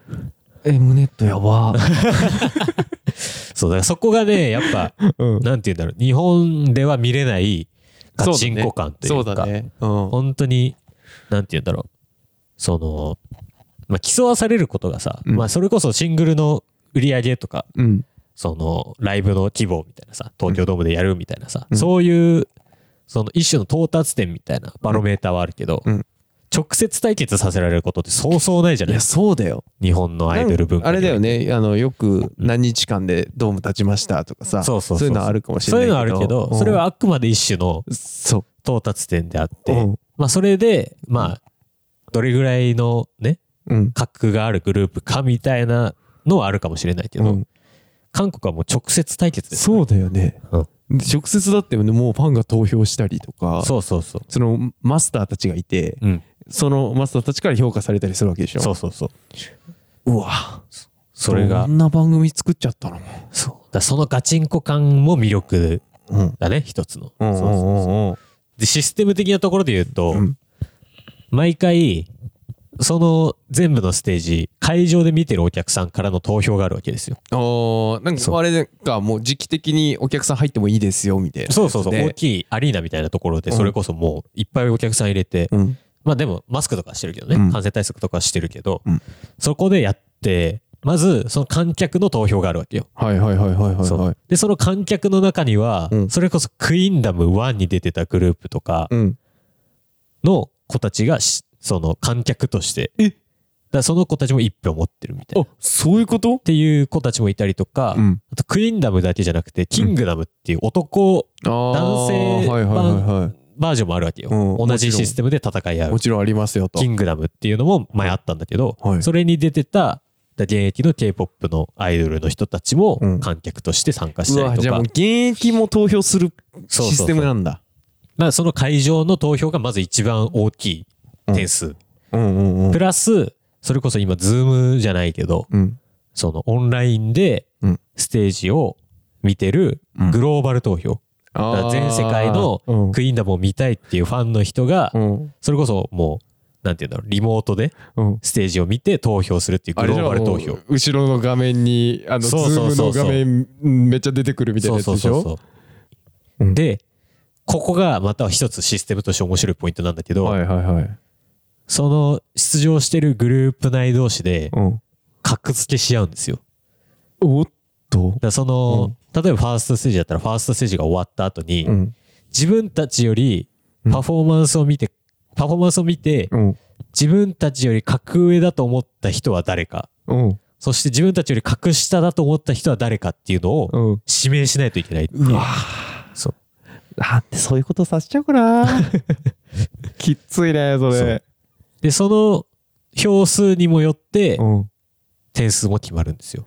Speaker 2: ー M ネットやばー
Speaker 1: そう、だからそこがね、やっ ぱ、
Speaker 2: うん
Speaker 1: なんて言うんだろう、日本では見れないガチンコ感という
Speaker 2: そう
Speaker 1: か
Speaker 2: だ、ねうん
Speaker 1: 本当に、なんて言うんだろう。その、まあ、競わされることがさ、
Speaker 2: うん
Speaker 1: まあ、それこそシングルの売り上げとか、
Speaker 2: うん
Speaker 1: その、ライブの規模みたいなさ、東京ドームでやるみたいなさ、
Speaker 2: うん
Speaker 1: そういう、その一種の到達点みたいなバロメーターはあるけど、
Speaker 2: うん
Speaker 1: 直接対決させられることってそうそうないじゃ
Speaker 2: い
Speaker 1: ない
Speaker 2: やそうだよ
Speaker 1: 日本のアイドル文化
Speaker 2: あれだよ
Speaker 1: ね。
Speaker 2: ねあのよく何日間でドーム立ちましたとかさ
Speaker 1: そうそうそう
Speaker 2: いうのはあるかもしれ
Speaker 1: そう
Speaker 2: ないいう
Speaker 1: のはあるけど、
Speaker 2: うん
Speaker 1: それはあくまで一種の
Speaker 2: そ
Speaker 1: 到達点であっ
Speaker 2: う
Speaker 1: て、まあそれで、まあ、どれぐらいのね、
Speaker 2: うん
Speaker 1: 格があるグループかみたいなのはあるかもしれないけど、
Speaker 2: うん
Speaker 1: 韓国はもう直接対決です
Speaker 2: そうだよね
Speaker 1: うん
Speaker 2: で直接だってもうファンが投票したりとか
Speaker 1: そうそうそう
Speaker 2: そのマスターたちがいて
Speaker 1: うん
Speaker 2: そのマスターたちから評価されたりするわけでしょ
Speaker 1: そうそうそう
Speaker 2: うわ
Speaker 1: それが
Speaker 2: どんな番組作っちゃったの
Speaker 1: そうだからそのガチンコ感も魅力
Speaker 2: うん
Speaker 1: だね一つの、
Speaker 2: うんう
Speaker 1: そうそうん
Speaker 2: うん
Speaker 1: でシステム的なところで言うと、
Speaker 2: うん
Speaker 1: 毎回その全部のステージ会場で見てるお客さんからの投票があるわけですよ
Speaker 2: あーなん
Speaker 1: そう
Speaker 2: かあれかもう時期的にお客さん入ってもいいですよみたいな
Speaker 1: そうそうそう、
Speaker 2: ね
Speaker 1: 大きいアリーナみたいなところでそれこそもういっぱいお客さん入れて、
Speaker 2: うん
Speaker 1: まあでもマスクとかしてるけどね、
Speaker 2: うん
Speaker 1: 感染対策とかしてるけど、
Speaker 2: うん
Speaker 1: そこでやってまずその観客の投票があるわけよ。
Speaker 2: はいはいはいはいはい
Speaker 1: そ
Speaker 2: は
Speaker 1: うでその観客の中には、
Speaker 2: うん
Speaker 1: それこそクイーンダム1に出てたグループとか
Speaker 2: いうん
Speaker 1: の子たちがしその観客として
Speaker 2: え
Speaker 1: だからその子たちも1票持ってるみたいな。
Speaker 2: あ
Speaker 1: っ
Speaker 2: そういうこと
Speaker 1: ていう子たちもいたりとか、
Speaker 2: ん
Speaker 1: あとクイーンダムだけじゃなくてキングダムっていう男男
Speaker 2: 男
Speaker 1: 性版
Speaker 2: はいはいはいはい
Speaker 1: バージョンもあるわけよ、
Speaker 2: うん
Speaker 1: 同じシステムで戦い合う
Speaker 2: もちろんありますよと
Speaker 1: キングダムっていうのも前あったんだけど、
Speaker 2: はい
Speaker 1: それに出てた現役の K-POP のアイドルの人たちも
Speaker 2: うん
Speaker 1: 観客として参加し
Speaker 2: う
Speaker 1: た
Speaker 2: わ
Speaker 1: り
Speaker 2: じ
Speaker 1: と
Speaker 2: ゃ
Speaker 1: か、
Speaker 2: あもう
Speaker 1: だか
Speaker 2: 現役も投票する
Speaker 1: そうそう
Speaker 2: システムなんだ
Speaker 1: らその会場の投票がまず一番大きい点数、
Speaker 2: うんうん
Speaker 1: プラスそれこそ今 Zoom じゃないけど
Speaker 2: うん
Speaker 1: そのオンラインで
Speaker 2: うん
Speaker 1: ステージを見てる
Speaker 2: うん
Speaker 1: グローバル投票、だから全世界の
Speaker 2: うん
Speaker 1: クイーンダムを見たいっていうファンの人が
Speaker 2: うん
Speaker 1: それこそもうなんていうんだろうリモートで
Speaker 2: うん
Speaker 1: ステージを見て投票するっていうグローバル投票
Speaker 2: 後ろの画面にあのズ
Speaker 1: そうそう
Speaker 2: ーム
Speaker 1: そ
Speaker 2: の
Speaker 1: うそう
Speaker 2: 画面うんめっちゃ出てくるみたいなやつでし
Speaker 1: そうそう
Speaker 2: ょ
Speaker 1: そうそう
Speaker 2: うん
Speaker 1: でここがまた一つシステムとして面白いポイントなんだけど、
Speaker 2: はいはいはい
Speaker 1: その出場してるグループ内同士で
Speaker 2: うん
Speaker 1: 格付けし合うんですよだか
Speaker 2: おっと
Speaker 1: らその、例えばファーストステージだったらファーストステージが終わった後に、
Speaker 2: うん
Speaker 1: 自分たちよりパフォーマンスを見て、パフォーマンスを見て
Speaker 2: うん
Speaker 1: 自分たちより格上だと思った人は誰か
Speaker 2: うん
Speaker 1: そして自分たちより格下だと思った人は誰かっていうのを
Speaker 2: うん。
Speaker 1: 指名しないといけないっていうう
Speaker 2: わ
Speaker 1: そう
Speaker 2: なんでそういうことさせちゃうか なきっついね、それ。
Speaker 1: でその票数にもよって
Speaker 2: うん。
Speaker 1: 点数も決まるんですよ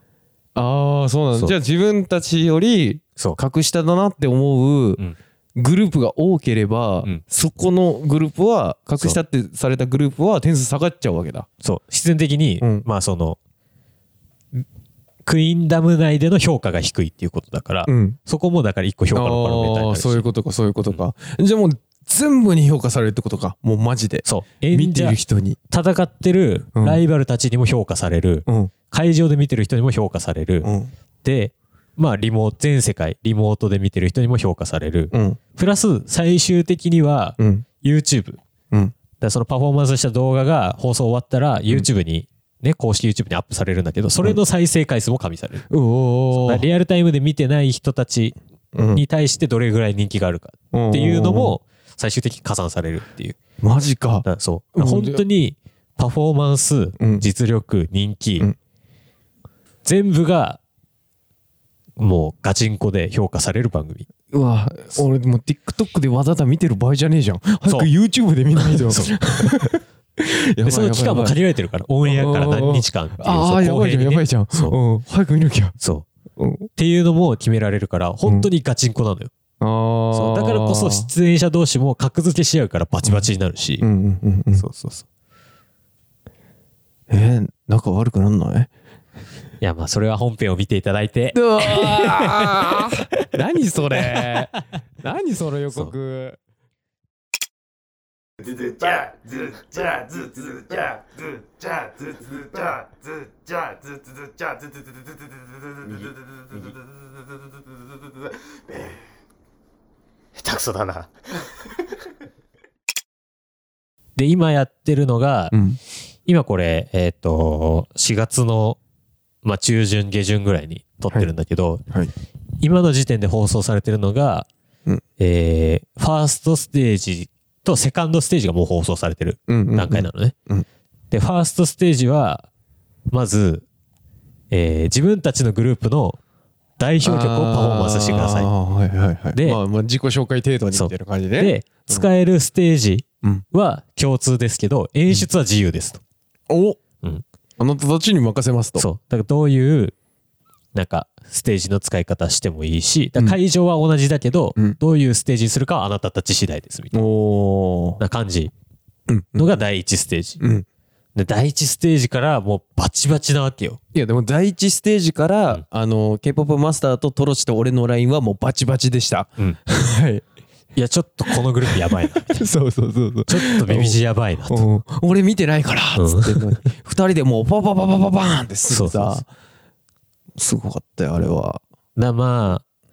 Speaker 2: ああ、そうなん
Speaker 1: そう
Speaker 2: だ。じゃあ自分たちより
Speaker 1: そう
Speaker 2: 格下だなって思ううんグループが多ければ、
Speaker 1: うん
Speaker 2: そこのグループは、格下ってされたグループは点数下がっちゃうわけだ。
Speaker 1: そう必然的に、
Speaker 2: うん
Speaker 1: まあそのクイーンダム内での評価が低いっていうことだから、
Speaker 2: うん。
Speaker 1: そこもだから一個評価のパラメーターに
Speaker 2: あ
Speaker 1: な
Speaker 2: あ、
Speaker 1: るし
Speaker 2: そういうことか、そういうことか。じゃあもう全部に評価されるってことか。もうマジで。
Speaker 1: そう
Speaker 2: 見
Speaker 1: 演
Speaker 2: て
Speaker 1: 者
Speaker 2: る人に。
Speaker 1: 戦ってる
Speaker 2: うん
Speaker 1: ライバルたちにも評価される、
Speaker 2: うん。
Speaker 1: 会場で見てる人にも評価される、
Speaker 2: うん。
Speaker 1: でまあリモート全世界リモートで見てる人にも評価される、
Speaker 2: うん。
Speaker 1: プラス最終的には
Speaker 2: うん
Speaker 1: YouTube だか
Speaker 2: うん。
Speaker 1: らそのパフォーマンスした動画が放送終わったら YouTube に、ね、公式 YouTube にアップされるんだけどそれの再生回数も加味される、
Speaker 2: お
Speaker 1: だから
Speaker 2: ー
Speaker 1: リアルタイムで見てない人たち
Speaker 2: うん
Speaker 1: に対してどれぐらい人気があるかっていうのも最終的に加算されるっていう
Speaker 2: マジか。
Speaker 1: だからそううん本当にパフォーマンス、
Speaker 2: うん
Speaker 1: 実力人気、
Speaker 2: うん
Speaker 1: 全部がもうガチンコで評価される番組
Speaker 2: うわ、俺もう TikTok でわざわざ見てる場合じゃねえじゃん。早
Speaker 1: そう
Speaker 2: く YouTube で見ないと。
Speaker 1: そう
Speaker 2: や
Speaker 1: で
Speaker 2: ばいやばいやばい
Speaker 1: その期間も限られてるからオンエアから何日間っていう
Speaker 2: ああ、
Speaker 1: そ
Speaker 2: や
Speaker 1: う
Speaker 2: ばいじゃ
Speaker 1: 公平に
Speaker 2: ん、や
Speaker 1: ね
Speaker 2: ばいじゃん。
Speaker 1: そう
Speaker 2: うん早く見なきゃ。
Speaker 1: そう
Speaker 2: うん
Speaker 1: っていうのも決められるから本当にガチンコなのよ、そ
Speaker 2: あ
Speaker 1: う
Speaker 2: あ。
Speaker 1: だからこそ出演者同士も格付けし合うからバチバチになるし、
Speaker 2: うんうんうんうん。
Speaker 1: そうそうそう
Speaker 2: えー、仲悪くなんない
Speaker 1: いやまあそれは本編を見ていただい て
Speaker 2: うわー何それ 何その予告
Speaker 3: ズズチャズチャズズチャズチャズズチャズチャズズチャズズズズズズズ下手くそだな。
Speaker 1: で今やってるのが、
Speaker 2: うん
Speaker 1: 今これ、えっ、と、4月の、まあ、中旬、下旬ぐらいに撮ってるんだけど、
Speaker 2: はいはい
Speaker 1: 今の時点で放送されてるのが、
Speaker 2: うん
Speaker 1: えーファーストステージとセカンドステージがもう放送されてる
Speaker 2: 何
Speaker 1: 段階なのね。
Speaker 2: うんうん
Speaker 1: で、ファーストステージは、まず、えー自分たちのグループの代表曲をパフォーマンスしてくだ
Speaker 2: あー
Speaker 1: さ
Speaker 2: はいはいはい。
Speaker 1: で
Speaker 2: まあ、まあ自己紹介程度にみたいな感じ
Speaker 1: い。
Speaker 2: で。
Speaker 1: で、使えるステージ
Speaker 2: うん
Speaker 1: は共通ですけど、演出は自由ですと。
Speaker 2: お
Speaker 1: うん
Speaker 2: あなたたちに任せますと。
Speaker 1: そう。だからどういう、なんか、ステージの使い方してもいいし、だ
Speaker 2: うん
Speaker 1: から会場は同じだけど、
Speaker 2: うん
Speaker 1: どういうステージにするかはあなたたち次第です、みたい
Speaker 2: おー
Speaker 1: な感じ
Speaker 2: うん。
Speaker 1: のが第一ステージ。
Speaker 2: うん。
Speaker 1: で、第一ステージからもうバチバチなわけよ。
Speaker 2: いや、でも第一ステージから、
Speaker 1: うん
Speaker 2: あの、K-POP マスターとトロチと俺のラインはもうバチバチでした。
Speaker 1: うん
Speaker 2: はい。
Speaker 1: いや、ちょっとこのグループやばいな。ち
Speaker 2: そうそうそうそう。
Speaker 1: ょっとビビジやばいな。
Speaker 2: うん俺見てないからっつってんのに、二人でもうパパパパパバーンってすぐ
Speaker 1: そう
Speaker 2: さ
Speaker 1: そ
Speaker 2: すごかったよあれは
Speaker 1: な、まあ、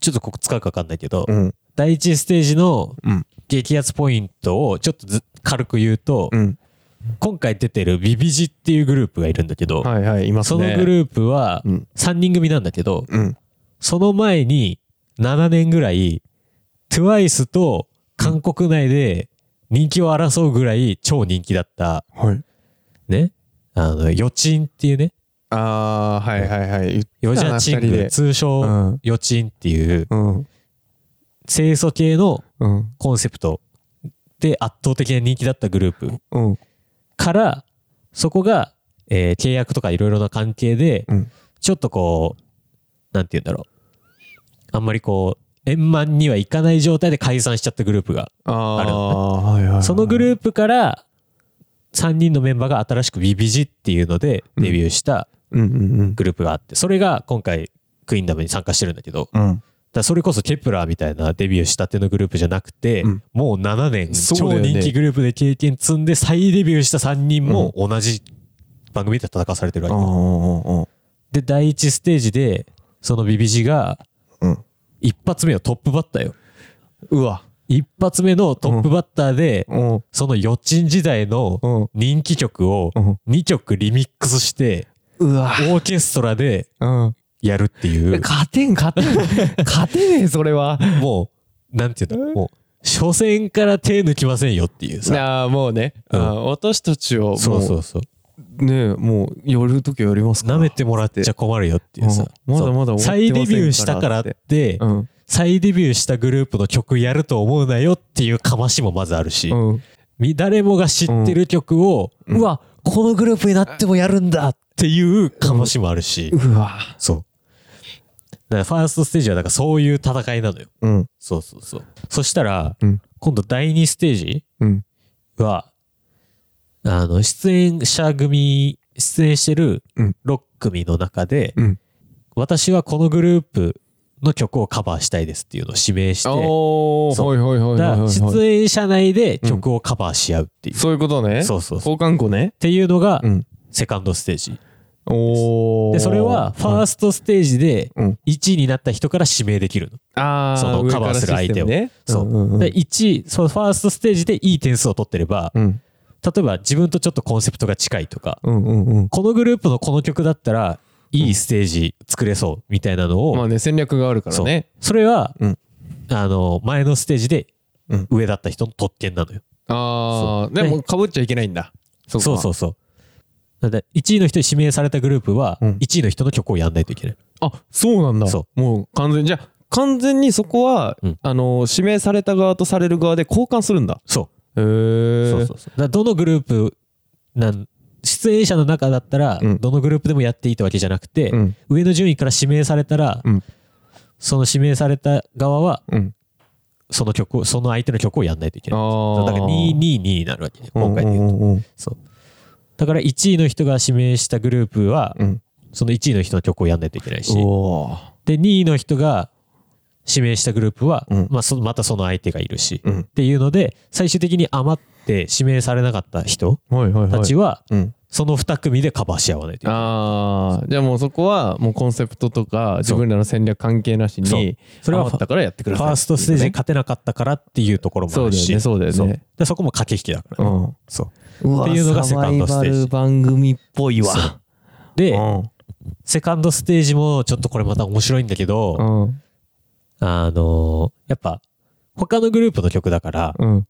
Speaker 1: ちょっとここ使うかわかんないけど、
Speaker 2: うん
Speaker 1: 第一ステージの
Speaker 2: うん
Speaker 1: 激アツポイントをちょっとず軽く言うと、
Speaker 2: うん
Speaker 1: 今回出てるビビジっていうグループがいるんだけど、
Speaker 2: はいはいいます
Speaker 1: そ
Speaker 2: ね
Speaker 1: のグ
Speaker 2: ー
Speaker 1: ループは
Speaker 2: うん
Speaker 1: 3人組なんだけど、
Speaker 2: プうん
Speaker 1: その前に7年ぐらい TWICE と韓国内で人気を争うぐらい超人気だった
Speaker 2: はい
Speaker 1: ねあの予知んっていうね
Speaker 2: ああはいはいはい言って
Speaker 1: ヨジ
Speaker 2: た
Speaker 1: ャ
Speaker 2: な
Speaker 1: チン
Speaker 2: 二人
Speaker 1: グ
Speaker 2: で
Speaker 1: 通
Speaker 2: う
Speaker 1: 称
Speaker 2: ん
Speaker 1: 予知んっていう
Speaker 2: うん
Speaker 1: 清楚系の
Speaker 2: うん
Speaker 1: コンセプトで圧倒的な人気だったグループ
Speaker 2: うん
Speaker 1: からそこが、えー契約とかいろいろな関係で
Speaker 2: うん
Speaker 1: ちょっとこう、なんて言うんだろう。あんまりこう、円満にはいかない状態で解散しちゃったグループが。ある
Speaker 2: ああーはいはいはい
Speaker 1: そのグループから、3人のメンバーが新しく BBG っていうのでデビューした
Speaker 2: うんうんうん
Speaker 1: グループがあって、それが今回、クイーンダムに参加してるんだけど、だか
Speaker 2: うん
Speaker 1: らそれこそケプラーみたいなデビューしたてのグループじゃなくて、
Speaker 2: うん
Speaker 1: もう7年、
Speaker 2: そうだ
Speaker 1: 超
Speaker 2: よね
Speaker 1: 人気グループで経験積んで再デビューした3人も同じ番組で戦わされてるわ
Speaker 2: あ
Speaker 1: け。
Speaker 2: あ
Speaker 1: で、第1ステージで、その BBG が
Speaker 2: うん
Speaker 1: 一発目はトップバッターよ。
Speaker 2: うわ
Speaker 1: 一発目のトップバッターで、
Speaker 2: うん
Speaker 1: その予知時代の
Speaker 2: うん
Speaker 1: 人気曲を
Speaker 2: うん
Speaker 1: 2曲リミックスして、
Speaker 2: うわ
Speaker 1: オーケストラで
Speaker 2: うん
Speaker 1: やるっていう、
Speaker 2: 勝てん勝てん勝てねえそれは
Speaker 1: もう、なんていうんだろう、もう、初 戦から手抜きませんよっていうさ。
Speaker 2: ああもうね
Speaker 1: うん
Speaker 2: あー私たちをも
Speaker 1: そうそううそう。
Speaker 2: ねもうやるときはやりますから
Speaker 1: 舐めてもらっちゃ困るよっていうさ、
Speaker 2: うんまだまだ
Speaker 1: そう
Speaker 2: 終
Speaker 1: 再
Speaker 2: わっ
Speaker 1: デ
Speaker 2: てませんから
Speaker 1: ビューしたからって、
Speaker 2: うん
Speaker 1: 再デビューしたグループの曲やると思うなよっていうかましもまずあるし、
Speaker 2: うん
Speaker 1: み誰もが知ってる曲を、うわこのグループになってもやるんだっていうかましもあるし、
Speaker 2: うわ
Speaker 1: そうだからファーストステージはだからそういう戦いなのよ
Speaker 2: うん
Speaker 1: そうそうそうそしたら、
Speaker 2: うん
Speaker 1: 今度第2ステージ
Speaker 2: うん
Speaker 1: はあの出演者組出演してる
Speaker 2: うん
Speaker 1: 6組の中で、
Speaker 2: うん
Speaker 1: 私はこのグループの曲をカバーしたいですっていうのを指名して
Speaker 2: おー
Speaker 1: そう
Speaker 2: はいはいはい
Speaker 1: だ
Speaker 2: はい
Speaker 1: から
Speaker 2: はい
Speaker 1: 出演者内で曲をカバーし合うっていう、
Speaker 2: そういうことね
Speaker 1: そうそうそう
Speaker 2: 交換庫ね
Speaker 1: っていうのが
Speaker 2: うん
Speaker 1: セカンドステージ
Speaker 2: おー
Speaker 1: でそれはファーストステージで
Speaker 2: うん
Speaker 1: 1位になった人から指名できるの、
Speaker 2: あ
Speaker 1: その
Speaker 2: 上
Speaker 1: カバーする
Speaker 2: からシステムね
Speaker 1: そう、
Speaker 2: んんん
Speaker 1: で1位そのファーストステージでいい点数を取ってれば、
Speaker 2: うん
Speaker 1: 例えば自分とちょっとコンセプトが近いとか
Speaker 2: うんうんうん
Speaker 1: このグループのこの曲だったらいいステージ作れそうみたいなのを、
Speaker 2: まあね戦略があるからね
Speaker 1: それは、
Speaker 2: うん
Speaker 1: あの前のステージで
Speaker 2: うん
Speaker 1: 上だった人の特権なのよ、
Speaker 2: ああでもかぶっちゃいけないんだそうか
Speaker 1: そうそうそうだって1位の人に指名されたグループは
Speaker 2: うん
Speaker 1: 1位の人の曲をやんないといけない、
Speaker 2: あそうなんだ
Speaker 1: そ
Speaker 2: もう完全じゃあ完全にそこは、
Speaker 1: うん
Speaker 2: あの指名された側とされる側で交換するんだ
Speaker 1: そ
Speaker 2: へえ
Speaker 1: うそうそうそうだからどのグループなん出演者の中だったら、
Speaker 2: うん
Speaker 1: どのグループでもやっていいってわけじゃなくて、
Speaker 2: うん
Speaker 1: 上の順位から指名されたら、
Speaker 2: うん
Speaker 1: その指名された側は
Speaker 2: うん
Speaker 1: その曲をその相手の曲をやんないといけ
Speaker 2: あ
Speaker 1: ない
Speaker 2: ー
Speaker 1: だから2 2 2になるわけね今回で言うと、
Speaker 2: うんうんうん
Speaker 1: そうだから1位の人が指名したグループは、
Speaker 2: うん
Speaker 1: その1位の人の曲をやんないといけないし
Speaker 2: うんおー
Speaker 1: で2位の人が指名したグループは、
Speaker 2: うん
Speaker 1: まあ、そまたその相手がいるし、
Speaker 2: うん
Speaker 1: っていうので最終的に余って指名されなかった人
Speaker 2: はいはいはい
Speaker 1: たちは、
Speaker 2: うん
Speaker 1: その2組でカバーし合わないといけない
Speaker 2: ああじゃあもうそこはもうコンセプトとか自分らの戦略関係なしに
Speaker 1: うそれは
Speaker 2: 余ったからやってく
Speaker 1: フ
Speaker 2: ださい
Speaker 1: ァーストステージで勝てなかったからっていうところもあるし
Speaker 2: そうだよねそうだよね
Speaker 1: でそこも駆け引きだから、
Speaker 2: うん
Speaker 1: そう
Speaker 2: わ
Speaker 1: っていうのがセカンドステージ
Speaker 2: サバイバル番組っぽいわ
Speaker 1: そううで、
Speaker 2: うん
Speaker 1: セカンドステージもちょっとこれまた面白いんだけど、
Speaker 2: うん
Speaker 1: あのーやっぱ他のグループの曲だから
Speaker 2: うん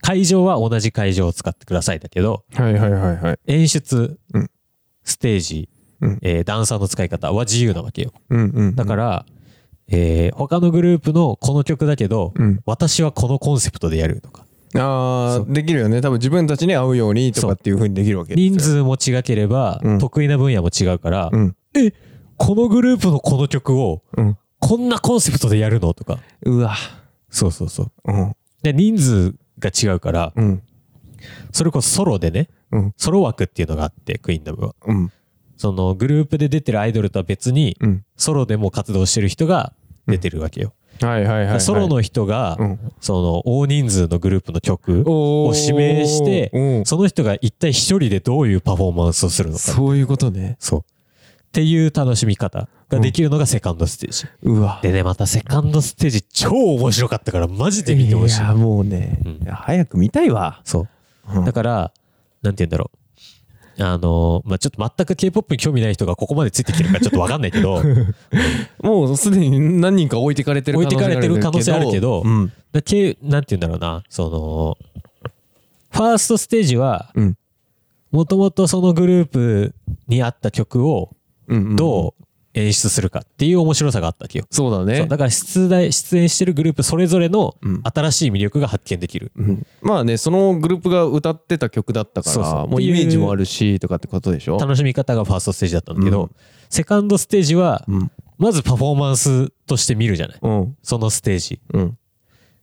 Speaker 1: 会場は同じ会場を使ってくださいだけど
Speaker 2: はいはいはいはい
Speaker 1: 演出、
Speaker 2: うん
Speaker 1: ステージ、
Speaker 2: うん
Speaker 1: えーダンサーの使い方は自由なわけよ
Speaker 2: うんうん
Speaker 1: だから、えー他のグループのこの曲だけど、
Speaker 2: うん
Speaker 1: 私はこのコンセプトでやるとか
Speaker 2: ああできるよね多分自分たちに合うようにとかっていうふうにできるわけ
Speaker 1: 人数も違ければ、
Speaker 2: うん
Speaker 1: 得意な分野も違うから、
Speaker 2: うん
Speaker 1: えこのグループのこの曲を
Speaker 2: うん
Speaker 1: こんなコンセプトでやるのとか
Speaker 2: うわ
Speaker 1: そうそうそう
Speaker 2: うん
Speaker 1: で人数が違うから
Speaker 2: うん
Speaker 1: それこそソロでね
Speaker 2: うん
Speaker 1: ソロ枠っていうのがあってクイーンダムは
Speaker 2: うん
Speaker 1: そのグループで出てるアイドルとは別に
Speaker 2: うん
Speaker 1: ソロでも活動してる人が出てるわけよ、
Speaker 2: はいはいはいはい
Speaker 1: ソロの人が、
Speaker 2: うん
Speaker 1: その大人数のグループの曲
Speaker 2: お
Speaker 1: を
Speaker 2: ー
Speaker 1: 指名して
Speaker 2: うん
Speaker 1: その人が一体一人でどういうパフォーマンスをするのか
Speaker 2: そういうことね
Speaker 1: そうっていう楽しみ方ができるのがセカンドステージ、
Speaker 2: うわ
Speaker 1: でねまたセカンドステージ超面白かったからマジで見てほしい
Speaker 2: やもうね
Speaker 1: うん
Speaker 2: 早く見たいわ
Speaker 1: そう
Speaker 2: うん
Speaker 1: だから、なんて言うんだろう。あのーまあ、ちょっと全く K-POP に興味ない人がここまでついてきてるかちょっとわかんないけ ど、
Speaker 2: もうすでに何人か置いてかれてる
Speaker 1: 置いてかれてる可能性あるけど
Speaker 2: うん
Speaker 1: だ K、なんて言うんだろうな、その、ファーストステージは、
Speaker 2: うん
Speaker 1: もともとそのグループに合った曲を
Speaker 2: うんうん
Speaker 1: どう演出するかっていう面白さがあったわけよ。
Speaker 2: そうだ
Speaker 1: そ
Speaker 2: ね
Speaker 1: うだから出題出演してるグループそれぞれの
Speaker 2: うん
Speaker 1: 新しい魅力が発見できる。
Speaker 2: うんまあねそのグループが歌ってた曲だったか
Speaker 1: そうそ
Speaker 2: ら
Speaker 1: う
Speaker 2: もうイメージもあるしとかってことでしょ
Speaker 1: 楽しみ方がファーストステージだったんだけど、
Speaker 2: うん
Speaker 1: セカンドステージは、
Speaker 2: うん
Speaker 1: まずパフォーマンスとして見るじゃない。
Speaker 2: うん
Speaker 1: そのステージ。
Speaker 2: うん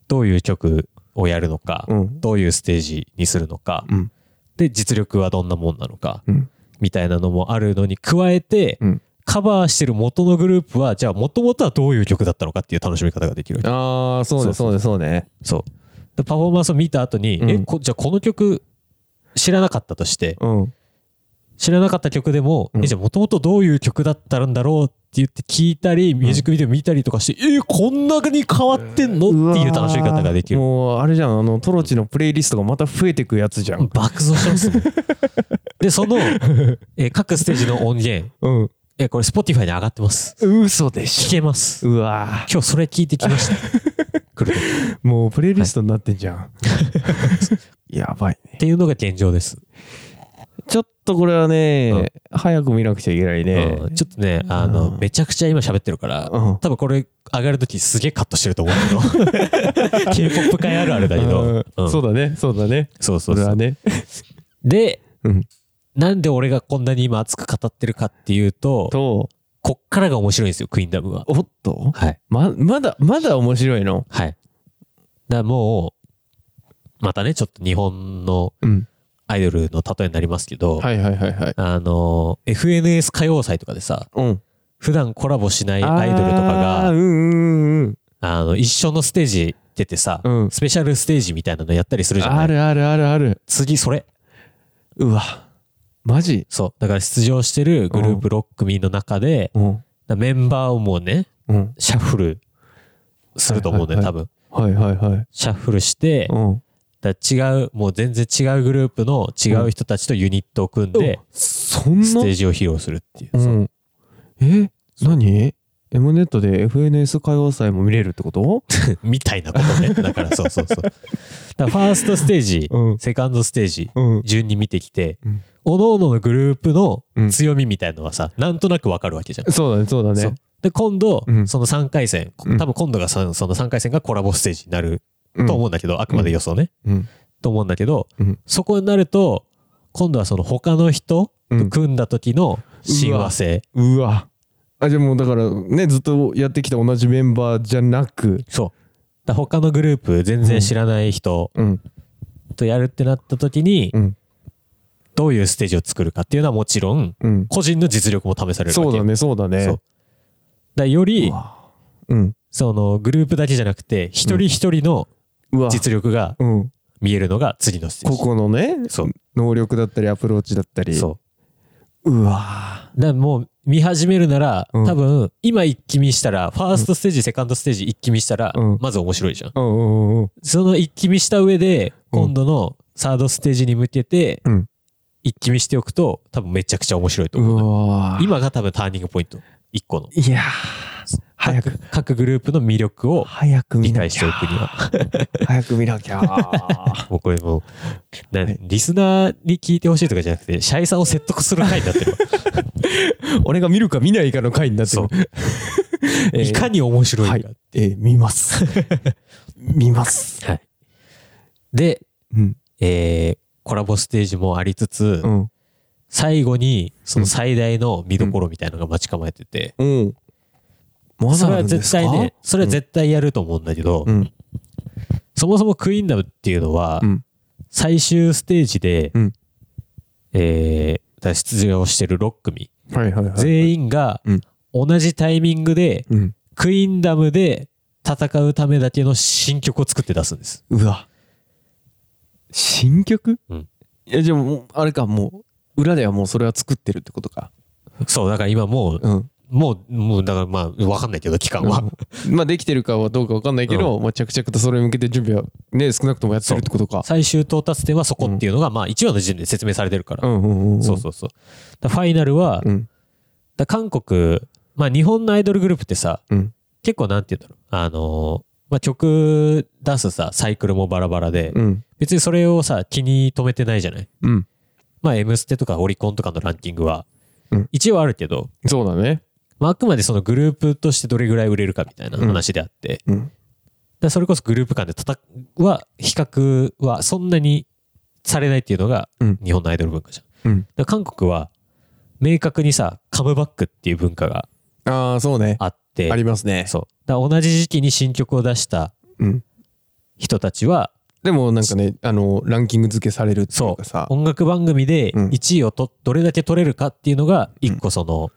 Speaker 1: どういう曲をやるのか、
Speaker 2: うん
Speaker 1: どういうステージにするのか、
Speaker 2: うん
Speaker 1: で実力はどんなもんなのか、
Speaker 2: うん
Speaker 1: みたいなのもあるのに加えて、
Speaker 2: うん
Speaker 1: カバーしてる元のグループはじゃあ元々はどういう曲だったのかっていう楽しみ方ができる
Speaker 2: ああそうねそうねそうね
Speaker 1: そうでパフォーマンスを見た後に、
Speaker 2: うん
Speaker 1: えこじゃあこの曲知らなかったとして
Speaker 2: うん
Speaker 1: 知らなかった曲でも、
Speaker 2: うん
Speaker 1: えじゃあもともとどういう曲だったんだろうって言って聞いたりミュージックビデオ見たりとかして、えこんなに変わってんのっていう楽しみ方ができる
Speaker 2: うわーもうあれじゃんあのトロチのプレイリストがまた増えてくやつじゃん
Speaker 1: 爆走して ますねで、その、えー各ステージの音源、
Speaker 2: うん
Speaker 1: えーこれ Spotify に上がってます。
Speaker 2: 嘘で
Speaker 1: 聞
Speaker 2: し
Speaker 1: けます。
Speaker 2: ょうわ
Speaker 1: 今日それ聞いてきました。来る時
Speaker 2: ーもうプレイリストになってんじゃんやばいね
Speaker 1: っていうのが現状です。
Speaker 2: ちょっとこれはね、早く見なくちゃいけないね。
Speaker 1: うんちょっとね、あの、
Speaker 2: うん
Speaker 1: めちゃくちゃ今喋ってるから、
Speaker 2: うん
Speaker 1: 多分これ上がるときすげえカットしてると思 うけど。K-POP 界あるあるだけど。
Speaker 2: うん
Speaker 1: ん
Speaker 2: そうだね、そうだね。
Speaker 1: そうそ
Speaker 2: そう
Speaker 1: そ
Speaker 2: れ
Speaker 1: う
Speaker 2: はね。
Speaker 1: で、
Speaker 2: うん
Speaker 1: なんで俺がこんなに今熱く語ってるかっていうと、
Speaker 2: と、
Speaker 1: こっからが面白いんですよ、クイーンダムは。
Speaker 2: おっと
Speaker 1: はい。
Speaker 2: ま、まだ、まだ面白いの
Speaker 1: はい。だからもう、またね、ちょっと日本の
Speaker 2: うん。
Speaker 1: アイドルの例えになりますけど、
Speaker 2: はいはいはいはい。
Speaker 1: あの、FNS 歌謡祭とかでさ、
Speaker 2: うん。
Speaker 1: 普段コラボしないアイドルとかが、
Speaker 2: あーうんうんうん
Speaker 1: あの、一緒のステージ出てさ、
Speaker 2: うん。うん。
Speaker 1: スペシャルステージみたいなのやったりするじゃない
Speaker 2: あるあるあるある。
Speaker 1: 次それ。
Speaker 2: うわ。マジ
Speaker 1: そう。だから出場してるグループ6組の中で、
Speaker 2: うん。
Speaker 1: だからメンバーをもうね、
Speaker 2: うん。
Speaker 1: シャッフルすると思うんだよ、
Speaker 2: はい
Speaker 1: 多
Speaker 2: は
Speaker 1: 分。
Speaker 2: はいはいはい。
Speaker 1: シャッフルして、
Speaker 2: うん。
Speaker 1: だから違う、もう全然違うグループの違う人たちとユニットを組んで、
Speaker 2: そんな
Speaker 1: ステージを披露するっていう。
Speaker 2: う。
Speaker 1: そうん
Speaker 2: え何 ?M ネットで FNS 歌謡祭も見れるってこと
Speaker 1: みたいなことね。だ からそうそうそう。だからファーストステージ、
Speaker 2: うん。
Speaker 1: セカンドステージ、
Speaker 2: うん。
Speaker 1: 順に見てきて、
Speaker 2: うん
Speaker 1: 各々のグループの強みみたいのはさ、なんとなくわかるわけじゃん。
Speaker 2: そうだね、そうだ
Speaker 1: そう
Speaker 2: ね。
Speaker 1: で今度、
Speaker 2: うん
Speaker 1: その3回戦こ
Speaker 2: うん
Speaker 1: 多分今度がそその3回戦がコラボステージになる
Speaker 2: うん
Speaker 1: と思うんだけど、あくまで予想ね、
Speaker 2: うん。
Speaker 1: と思うんだけど、
Speaker 2: うん
Speaker 1: そこになると今度はその他の人と組んだ時の親和性、
Speaker 2: うわ。あ、じゃあもうだからね、ずっとやってきた同じメンバーじゃなく、
Speaker 1: そうだから他のグループ全然知らない人
Speaker 2: うん。
Speaker 1: とやるってなった時に、
Speaker 2: うん。
Speaker 1: どういうステージを作るかっていうのはもちろん
Speaker 2: うん。
Speaker 1: 個人の実力も試される
Speaker 2: そ
Speaker 1: わ
Speaker 2: う
Speaker 1: け
Speaker 2: だね、そうだね。
Speaker 1: そうだからより
Speaker 2: うわうん。
Speaker 1: そのグループだけじゃなくて一人一人の
Speaker 2: うわ。
Speaker 1: 実力が
Speaker 2: うん。
Speaker 1: 見えるのが次のステージ、
Speaker 2: 個々のね、
Speaker 1: そう
Speaker 2: 能力だったりアプローチだったり。
Speaker 1: そう
Speaker 2: う。うわ。
Speaker 1: だからもう見始めるなら、
Speaker 2: うん
Speaker 1: 多分今一気見したらファーストステージ、セカンドステージ一気見したら、
Speaker 2: うん
Speaker 1: まず面白いじゃん
Speaker 2: うんうんうん
Speaker 1: その一気見した上で
Speaker 2: うん
Speaker 1: 今度のサードステージに向けて
Speaker 2: うん。
Speaker 1: 一気見しておくと多分めちゃくちゃ面白いと
Speaker 2: うん。
Speaker 1: 思う
Speaker 2: うわ。
Speaker 1: 今が多分ターニングポイント一個の
Speaker 2: いやー早く
Speaker 1: 各各グループの魅力を
Speaker 2: 早く見
Speaker 1: 理
Speaker 2: な
Speaker 1: 解し
Speaker 2: き
Speaker 1: てお
Speaker 2: ゃ
Speaker 1: くには
Speaker 2: 早く見なきゃ
Speaker 1: もうこれもうなリスナーに聞いてほしいとかじゃなくてシャイさんを説得する回になってる
Speaker 2: 俺が見るか見ないかの回になって
Speaker 1: そう
Speaker 2: る、えー
Speaker 1: いかに面白いか、
Speaker 2: はいえー見ます 見ます
Speaker 1: はい、で
Speaker 2: うん
Speaker 1: えーコラボステージもありつつ、
Speaker 2: うん
Speaker 1: 最後にその最大の見どころみたいなのが待ち構えてて、
Speaker 2: うんま
Speaker 1: そ
Speaker 2: だ
Speaker 1: れ
Speaker 2: あ
Speaker 1: は
Speaker 2: るんです
Speaker 1: 絶
Speaker 2: か
Speaker 1: 対ねそれは絶対やると思うんだけど、
Speaker 2: うん
Speaker 1: そもそもクイーンダムっていうのは、
Speaker 2: うん
Speaker 1: 最終ステージで、
Speaker 2: うん
Speaker 1: えーだから出場してる6組
Speaker 2: はいはいはい
Speaker 1: 全員が
Speaker 2: うん
Speaker 1: 同じタイミングで
Speaker 2: うん
Speaker 1: クイーンダムで戦うためだけの新曲を作って出すんです
Speaker 2: うわ新曲、
Speaker 1: うん
Speaker 2: いやじゃあもうあれかもう裏ではもうそれは作ってるってことか
Speaker 1: そうだから今もう、
Speaker 2: うん
Speaker 1: もうもうだからまあ分かんないけど期間は、
Speaker 2: まあできてるかはどうかわかんないけど、まあ、着々とそれに向けて準備はね少なくともやってるってことか
Speaker 1: 最終到達点はそこっていうのが、まあ1話の時点で説明されてるから、
Speaker 2: うんうんうんん
Speaker 1: そうそうそうだファイナルは、
Speaker 2: うん
Speaker 1: だ韓国まあ日本のアイドルグループってさ、
Speaker 2: うん
Speaker 1: 結構なんて言うんだろうあのーまあ、曲出すさサイクルもバラバラで、
Speaker 2: うん
Speaker 1: 別にそれをさ気に留めてないじゃない
Speaker 2: うん
Speaker 1: まあ「M ステ」とかオリコンとかのランキングは、
Speaker 2: うん
Speaker 1: 一応あるけど、
Speaker 2: そうだね
Speaker 1: まあ、あくまでそのグループとしてどれぐらい売れるかみたいな話であって、
Speaker 2: うん
Speaker 1: だからそれこそグループ間で戦は比較はそんなにされないっていうのが
Speaker 2: うん
Speaker 1: 日本のアイドル文化じゃん。
Speaker 2: うん
Speaker 1: だから韓国は明確にさカムバックっていう文化が
Speaker 2: ああそうね
Speaker 1: あって
Speaker 2: ありますね
Speaker 1: そうだから同じ時期に新曲を出した
Speaker 2: うん
Speaker 1: 人たちは
Speaker 2: でもなんかねあのランキング付けされるっていう
Speaker 1: そ
Speaker 2: かさ
Speaker 1: う音楽番組で
Speaker 2: うん
Speaker 1: 1位をとどれだけ取れるかっていうのが一個その、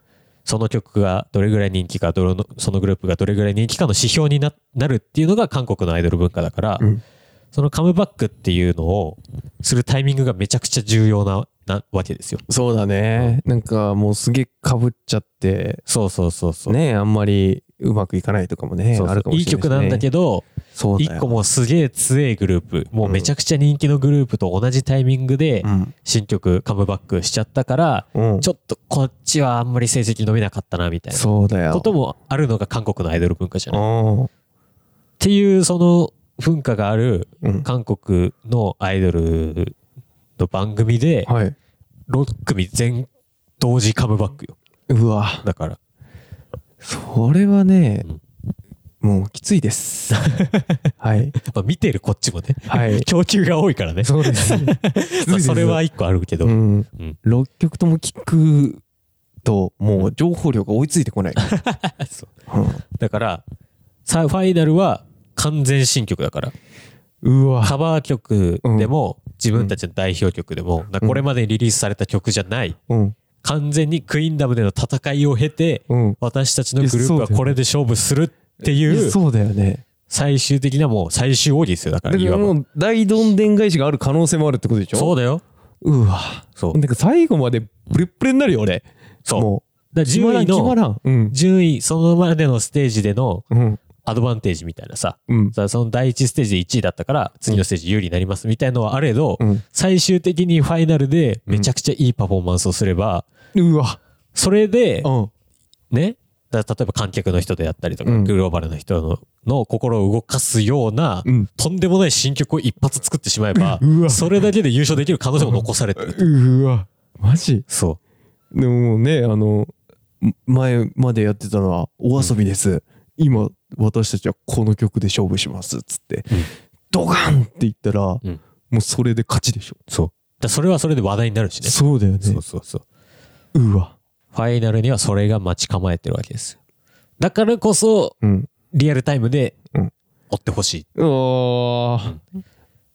Speaker 1: その曲がどれぐらい人気かどれのそのグループがどれぐらい人気かの指標にななるっていうのが韓国のアイドル文化だから、
Speaker 2: うん
Speaker 1: そのカムバックっていうのをするタイミングがめちゃくちゃ重要ななわけですよ。
Speaker 2: そうだねなんかもうすげえかぶっちゃって
Speaker 1: そうそうそうそう。
Speaker 2: ねあんまりうまくいかないとかもね
Speaker 1: そうそう
Speaker 2: あるかも
Speaker 1: い
Speaker 2: し
Speaker 1: い
Speaker 2: れないしね
Speaker 1: 曲なんだけど、
Speaker 2: そうだよ
Speaker 1: 一個もうすげえ強いグループ、もうめちゃくちゃ人気のグループと同じタイミングで
Speaker 2: うん
Speaker 1: 新曲カムバックしちゃったから、
Speaker 2: うん
Speaker 1: ちょっとこっちはあんまり成績伸びなかったなみたいな
Speaker 2: そうだよ
Speaker 1: こともあるのが韓国のアイドル文化じゃない。っ
Speaker 2: も
Speaker 1: ていうその文化がある
Speaker 2: うん
Speaker 1: 韓国のアイドルの番組で
Speaker 2: はい
Speaker 1: 6組全同時カムバックよ。
Speaker 2: うわ
Speaker 1: だから。
Speaker 2: それはね、もうきついです はい
Speaker 1: やっぱ見てるこっちもね。
Speaker 2: はい
Speaker 1: 供給が多いからね。
Speaker 2: そうです
Speaker 1: まあそれは一個あるけど。
Speaker 2: うん
Speaker 1: うん
Speaker 2: 6曲とも聞くともう情報量が追いついてこない、
Speaker 1: そう
Speaker 2: う
Speaker 1: だから、さファイナルは完全新曲だから。
Speaker 2: んうわ
Speaker 1: カバー曲でも、自分たちの代表曲でも、だからこれまでリリースされた曲じゃない。
Speaker 2: うん
Speaker 1: 完全にクイーンダムでの戦いを経て、
Speaker 2: うん
Speaker 1: 私たちのグループはこれで勝負するって
Speaker 2: い
Speaker 1: い
Speaker 2: や
Speaker 1: う、
Speaker 2: そうだよね
Speaker 1: 最終的なもう最終王子ですよ。だか
Speaker 2: だ
Speaker 1: ら、
Speaker 2: か
Speaker 1: い
Speaker 2: ら
Speaker 1: わば
Speaker 2: も。う大どんでん返しがある可能性もあるってことでしょ
Speaker 1: そうだよ。
Speaker 2: うわ
Speaker 1: そう。
Speaker 2: なんか最後までプレップレになるよ俺
Speaker 1: そう。
Speaker 2: も
Speaker 1: だから
Speaker 2: う決ま
Speaker 1: 順
Speaker 2: ら
Speaker 1: 位
Speaker 2: ん決ま
Speaker 1: の、
Speaker 2: らんうん
Speaker 1: 順位、そのまでのステージでの
Speaker 2: うん
Speaker 1: アドバンテージみたいなさ、
Speaker 2: うん
Speaker 1: さその第1ステージで1位だったから、次のステージ有利になりますみたいのはあれど、
Speaker 2: うん
Speaker 1: 最終的にファイナルでめちゃくちゃいいパフォーマンスをすれば、
Speaker 2: うわ
Speaker 1: それで
Speaker 2: う、ん
Speaker 1: ね、だ例えば観客の人であったりとか、
Speaker 2: うん
Speaker 1: グローバルの人のの心を動かすような、
Speaker 2: うん
Speaker 1: とんでもない新曲を一発作ってしまえ ば
Speaker 2: う、わ
Speaker 1: それだけで優勝できる可能性も残されてる。
Speaker 2: うわマジ
Speaker 1: そ
Speaker 2: でもねあのん前までやってたのはお遊びです、今私たちはこの曲で勝負しますっつって、
Speaker 1: うん
Speaker 2: ドカンって言ったら、
Speaker 1: ん
Speaker 2: もうそれで勝ちでしょ
Speaker 1: う。そう。だそれはそれで話題になるしね。
Speaker 2: そうだよね
Speaker 1: そうそうそう。
Speaker 2: うわ
Speaker 1: ファイナルにはそれが待ち構えてるわけですよ。だからこそ、
Speaker 2: うん
Speaker 1: リアルタイムで
Speaker 2: うん
Speaker 1: 追ってほしい。
Speaker 2: おー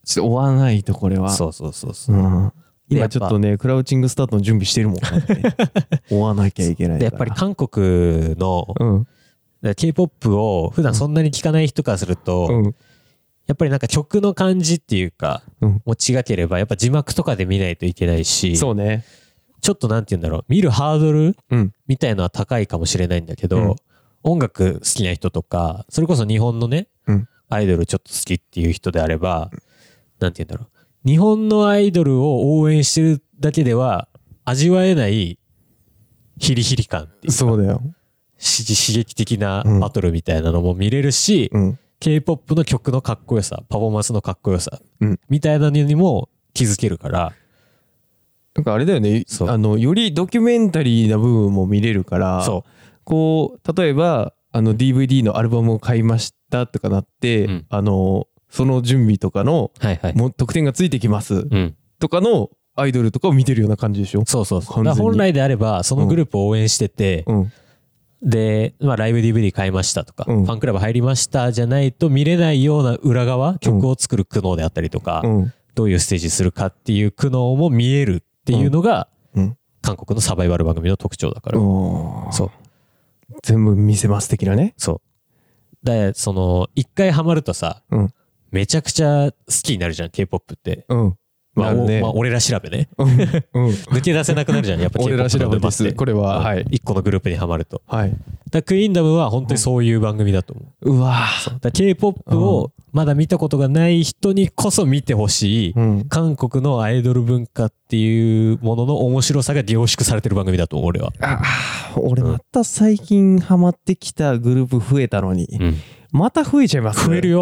Speaker 2: ちょっと追わないとこれは、
Speaker 1: そうそうそうそうう。
Speaker 2: ん、
Speaker 1: でや
Speaker 2: 今
Speaker 1: っぱ
Speaker 2: ちょっとねクラウチングスタートの準備してるもん、ね、追わなきゃいけない
Speaker 1: で、
Speaker 2: か
Speaker 1: や
Speaker 2: ら
Speaker 1: っぱり韓国の
Speaker 2: うん、
Speaker 1: で K-POP を普段そんなに聞かない人からすると、
Speaker 2: うん、
Speaker 1: やっぱりなんか曲の感じっていうか、
Speaker 2: うん
Speaker 1: もう違ければ、やっぱ字幕とかで見ないといけないし、
Speaker 2: そうね
Speaker 1: ちょっとなんて言うんだろう、見るハードル
Speaker 2: うん
Speaker 1: みたいのは高いかもしれないんだけど、
Speaker 2: うん
Speaker 1: 音楽好きな人とか、それこそ日本のね、
Speaker 2: うん
Speaker 1: アイドルちょっと好きっていう人であれば、なんて言うんだろう、日本のアイドルを応援してるだけでは味わえないヒリヒリ感っていう
Speaker 2: そうだよ
Speaker 1: し刺激的な
Speaker 2: うん
Speaker 1: バトルみたいなのも見れるし、
Speaker 2: うん
Speaker 1: K-POP の曲のかっこよさ、パフォーマンスのかっこよさ、
Speaker 2: うん
Speaker 1: みたいなのにも気づけるから、
Speaker 2: なんかあれだよね
Speaker 1: そう
Speaker 2: あのよりドキュメンタリーな部分も見れるから
Speaker 1: そ
Speaker 2: こう例えばあの DVD のアルバムを買いましたとかなって、
Speaker 1: うん
Speaker 2: あのその準備とかの
Speaker 1: う。はいはい。
Speaker 2: もう得点がついてきます
Speaker 1: うん。
Speaker 2: とかのアイドルとかを見てるような感じでしょ、
Speaker 1: そうそうそう。
Speaker 2: 完全に
Speaker 1: だから本来であれば、そのグループを応援してて、
Speaker 2: うん、
Speaker 1: で、まあ、ライブ DVD 買いましたとか、
Speaker 2: うん
Speaker 1: ファンクラブ入りましたじゃないと見れないような裏側、曲を作る苦悩であったりとか、
Speaker 2: うん
Speaker 1: どういうステージするかっていう苦悩も見えるっていうのが、
Speaker 2: うん
Speaker 1: 韓国のサバイバル番組の特徴だから。
Speaker 2: おー
Speaker 1: そう。
Speaker 2: 全部見せます的なね
Speaker 1: そう。で、その、一回ハマるとさ、
Speaker 2: うん
Speaker 1: めちゃくちゃ好きになるじゃん、K-POP って。
Speaker 2: うん
Speaker 1: まあ、
Speaker 2: なるね
Speaker 1: おまあ 俺ら調べね。
Speaker 2: うん、うん、
Speaker 1: 抜け出せなくなるじゃん、やっぱ K-POP
Speaker 2: 俺ら調べですこれははい、
Speaker 1: 一個のグループにはまると。だか
Speaker 2: はい、
Speaker 1: らクイーンダムは本当にそういう番組だと思う。
Speaker 2: うわ
Speaker 1: だから K-POP をまだ見たことがない人にこそ見てほしい、
Speaker 2: うん
Speaker 1: 韓国のアイドル文化っていうものの面白さが凝縮されてる番組だと思う、俺は。
Speaker 2: あー俺また最近ハマってきたグループ増えたのに、また増えちゃいます
Speaker 1: 増える
Speaker 2: よ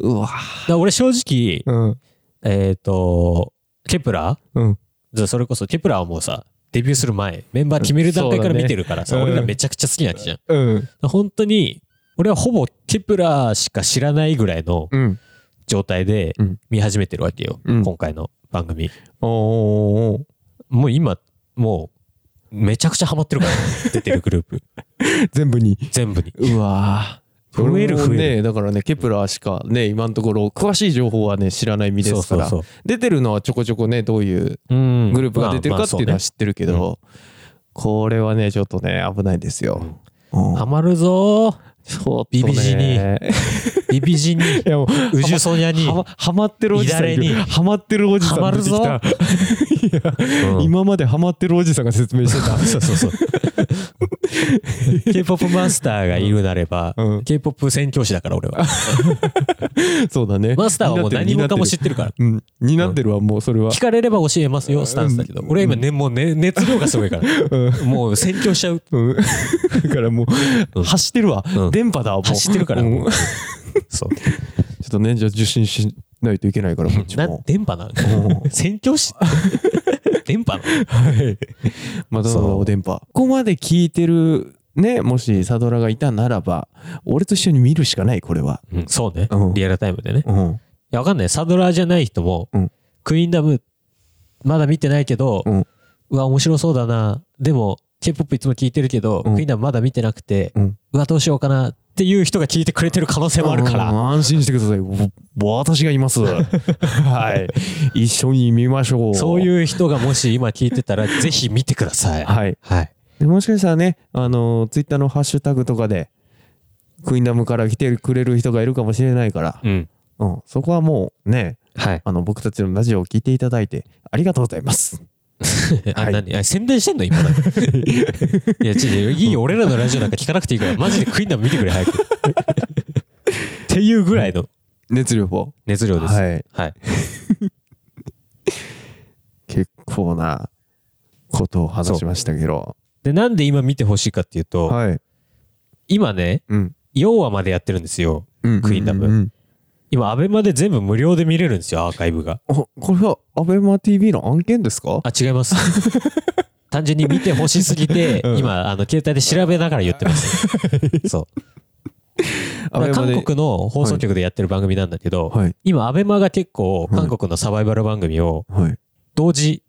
Speaker 1: よ。
Speaker 2: うわ
Speaker 1: だから俺正直、
Speaker 2: うん
Speaker 1: えっ、と、ケプラー
Speaker 2: うん
Speaker 1: じゃあそれこそケプラーはもうさデビューする前メンバー決める段階から
Speaker 2: そうだね
Speaker 1: 見てるからさ、
Speaker 2: うん
Speaker 1: 俺らめちゃくちゃ好きなわけじゃん、
Speaker 2: うん
Speaker 1: 本当に俺はほぼケプラーしか知らないぐらいの
Speaker 2: うん
Speaker 1: 状態で
Speaker 2: うん
Speaker 1: 見始めてるわけよ、
Speaker 2: うん
Speaker 1: 今回の番組
Speaker 2: おーおーお
Speaker 1: もう今もうめちゃくちゃハマってる から、出てるグループ
Speaker 2: ー全部に
Speaker 1: 全部に
Speaker 2: うわー
Speaker 1: 増える
Speaker 2: 俺も
Speaker 1: 増え
Speaker 2: ねだからねケプラーしかね今のところ詳しい情報はね知らない身ですから
Speaker 1: そうそう
Speaker 2: 出てるのはちょこちょこねどういう
Speaker 1: そううん
Speaker 2: グループが出てるかっていうの
Speaker 1: まあま
Speaker 2: は
Speaker 1: あ
Speaker 2: 知ってるけど、これはねちょっとね危ないですよ、うん
Speaker 1: そうねハマるぞー
Speaker 2: ちょっと
Speaker 1: ビビジに
Speaker 2: ね
Speaker 1: ビビジに
Speaker 2: いやもう
Speaker 1: ウジュソニャに
Speaker 2: はまハマってるおじさんい
Speaker 1: 乱
Speaker 2: る
Speaker 1: れに
Speaker 2: ハマってるおじさん
Speaker 1: ハマるぞ
Speaker 2: 出てきたいや
Speaker 1: うん
Speaker 2: 今までハマってるおじさんが説明して た
Speaker 1: そうそうそう。K-POP マスターがいるなれば、
Speaker 2: うん
Speaker 1: K-POP 宣教師だから俺 は。
Speaker 2: そうだね
Speaker 1: マスターはもう何もかも知
Speaker 2: 担
Speaker 1: ってるから。
Speaker 2: ってるうん担ってるわもうそれは
Speaker 1: 聞かれれば教えますよ、スタンスだけど。俺は今ね、もうね、熱量がすごいから。もう宣教しちゃう。
Speaker 2: うん だからも
Speaker 1: うん
Speaker 2: う走ってるわ
Speaker 1: うん
Speaker 2: 電波だもう
Speaker 1: 走ってるから。
Speaker 2: うん
Speaker 1: もう
Speaker 2: ちょ
Speaker 1: そう。
Speaker 2: っとね じゃあ受信しないといけないからこっち
Speaker 1: な
Speaker 2: も
Speaker 1: 電波な
Speaker 2: う
Speaker 1: 宣教師電波の
Speaker 2: はい。まだま
Speaker 1: そ
Speaker 2: だ
Speaker 1: う
Speaker 2: お電波。ここまで聞いてる、ね、もしサドラがいたならば、俺と一緒に見るしかない、これは。
Speaker 1: うんそうね、
Speaker 2: うん
Speaker 1: リアルタイムでね。い
Speaker 2: うん。
Speaker 1: や、わかんない。サドラーじゃない人も、
Speaker 2: うん
Speaker 1: クイーンダム、まだ見てないけど、
Speaker 2: うん
Speaker 1: わ、面白そうだな。でも、K-POP いつも聞いてるけど、
Speaker 2: うん
Speaker 1: クイーンダムまだ見てなくて、
Speaker 2: うん
Speaker 1: わ、どうしようかなっていう人が聞いてくれてる可能性もあるから。
Speaker 2: うん安心してください。ぼ私がい ます。はい。一緒に見ましょう。
Speaker 1: そういう人がもし今聞いてたら、ぜひ見てください。
Speaker 2: はい。
Speaker 1: はい。
Speaker 2: でもしかしたらね、あの、ツイッターのハッシュタグとかで、クイーンダムから来てくれる人がいるかもしれないから、
Speaker 1: うん。
Speaker 2: うん、そこはもうね、
Speaker 1: はい。
Speaker 2: あの、僕たちのラジオを聞いていただいて、ありがとうございます。
Speaker 1: あ、
Speaker 2: はい
Speaker 1: 何あ宣伝してんの今だ けいや、ちょいいよ。俺らのラジオなんか聞かなくていいから、マジでクイーンダム見てくれ、早く。っていうぐらいの
Speaker 2: 熱量を。
Speaker 1: 熱量です。はい。
Speaker 2: はい。結構なことを話しましたけど。
Speaker 1: で、なんで今見てほしいかっていうと、
Speaker 2: はい。
Speaker 1: 今ね、
Speaker 2: うん。
Speaker 1: 4話までやってるんですよ。
Speaker 2: うん
Speaker 1: クイーンダム
Speaker 2: うんうん
Speaker 1: 今、アベマで全部無料で見れるんですよ、アーカイブが。
Speaker 2: あ、これはアベマ TV の案件ですか
Speaker 1: あ、違い ます。単純に見てほしすぎて、
Speaker 2: うん
Speaker 1: 今、あの、携帯で調べながら言ってます。そう。
Speaker 2: アベマで
Speaker 1: 韓国の放送局でやってる番組なんだけど、
Speaker 2: はい。
Speaker 1: 今、アベマが結構、
Speaker 2: はい
Speaker 1: 韓国のサバイバル番組を
Speaker 2: はい。
Speaker 1: 同時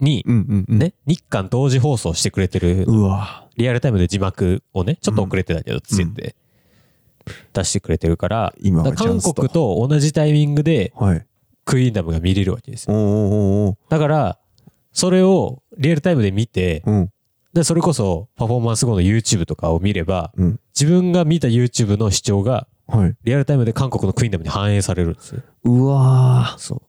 Speaker 1: に、
Speaker 2: うんうんうん。。
Speaker 1: ね、日韓同時放送してくれてる、
Speaker 2: うわ。
Speaker 1: リアルタイムで字幕をね、ちょっと遅れてたけど、ついて、出してくれてるから、
Speaker 2: 今は
Speaker 1: だ
Speaker 2: チ
Speaker 1: か
Speaker 2: ャ
Speaker 1: ら
Speaker 2: ン
Speaker 1: 韓
Speaker 2: スと
Speaker 1: 国と同じタイミングで
Speaker 2: はい。
Speaker 1: クイーンダムが見れるわけですよ。
Speaker 2: おーおーおーお
Speaker 1: だから、それをリアルタイムで見て、
Speaker 2: ーうん。
Speaker 1: で、それこそパフォーマンス後の YouTube とかを見れば、
Speaker 2: うん。
Speaker 1: 自分が見た YouTube の視聴が
Speaker 2: はい。
Speaker 1: リアルタイムで韓国のクイーンダムに反映されるんですよ。
Speaker 2: うわ
Speaker 1: そ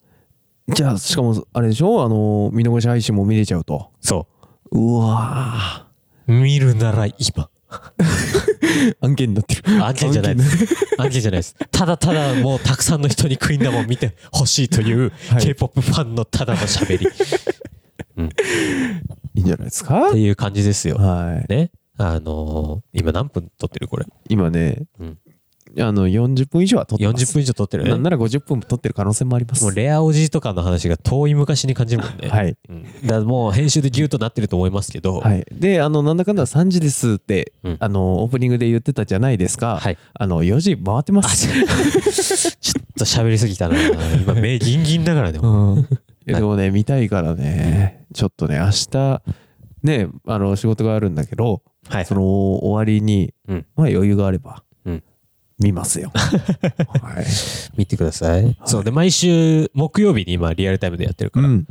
Speaker 1: う。
Speaker 2: ーじゃあ、しかも、あれでしょあの、見逃し配信も見れちゃうと。
Speaker 1: そう
Speaker 2: わ
Speaker 1: う。見るなら今。
Speaker 2: ー案件になってる。
Speaker 1: 案件じゃない です。案件じゃないです。ただただもうたくさんの人にクイーンダムを見てほしいという
Speaker 2: はい
Speaker 1: K-POP ファンのただの喋り。っ
Speaker 2: いいんじゃないですか
Speaker 1: ていう感じですよ。
Speaker 2: はい。
Speaker 1: ね。あのー今何分撮ってるこれ。
Speaker 2: 今ね、
Speaker 1: うん
Speaker 2: あの、40分以上は撮ってます。
Speaker 1: 40分以上撮ってるね。
Speaker 2: なんなら50分も撮ってる可能性もあります。
Speaker 1: もうレアおじとかの話が遠い昔に感じるもんね。
Speaker 2: はい。
Speaker 1: うんだからもう編集でギュッとなってると思いますけど、
Speaker 2: はい、で、あの、なんだかんだ3時ですって、
Speaker 1: うん
Speaker 2: あの、オープニングで言ってたじゃないですか。
Speaker 1: はい
Speaker 2: あの、4時回ってま
Speaker 1: あ
Speaker 2: す。
Speaker 1: ちょちょっと喋りすぎたな。今目ギンギンだからね。
Speaker 2: うん。でもね、見たいからね、ちょっとね、明日、ね、あの、仕事があるんだけど、
Speaker 1: はい
Speaker 2: その終わりに、
Speaker 1: うん
Speaker 2: まあ余裕があれば、
Speaker 1: うん
Speaker 2: 見ます よ。はい。
Speaker 1: 見てください。そうで毎週木曜日に今リアルタイムでやってるか
Speaker 2: う
Speaker 1: ら、
Speaker 2: ん。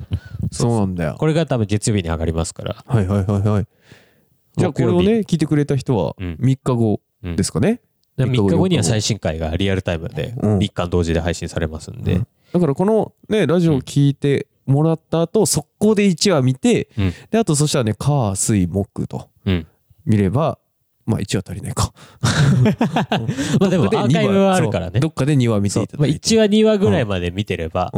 Speaker 2: そうなんだよ。
Speaker 1: これが多分月曜日に上がりますから。
Speaker 2: はいはいはいはい。じゃあこ
Speaker 1: 木
Speaker 2: れ
Speaker 1: 曜日
Speaker 2: をね、聞いてくれた人は
Speaker 1: うん
Speaker 2: 3日後ですかね。
Speaker 1: で
Speaker 2: 3
Speaker 1: 3
Speaker 2: 日
Speaker 1: 日
Speaker 2: 後
Speaker 1: 後には最新回がリアルタイムで
Speaker 2: うん
Speaker 1: 日韓同時で配信されますん
Speaker 2: う
Speaker 1: で
Speaker 2: ん、だからこのね、ラジオを聞いてもらった後、速攻で1話見て、
Speaker 1: うん
Speaker 2: で、あとそしたらね、火、水、木と
Speaker 1: うん
Speaker 2: 見れば、まあ1話足りないか。
Speaker 1: まあでもアーカイブはあるから
Speaker 2: そう
Speaker 1: ね
Speaker 2: どっかで2話見ていた
Speaker 1: ま
Speaker 2: だ
Speaker 1: あ、
Speaker 2: いて。
Speaker 1: 1話2話ぐらいまで見てれば、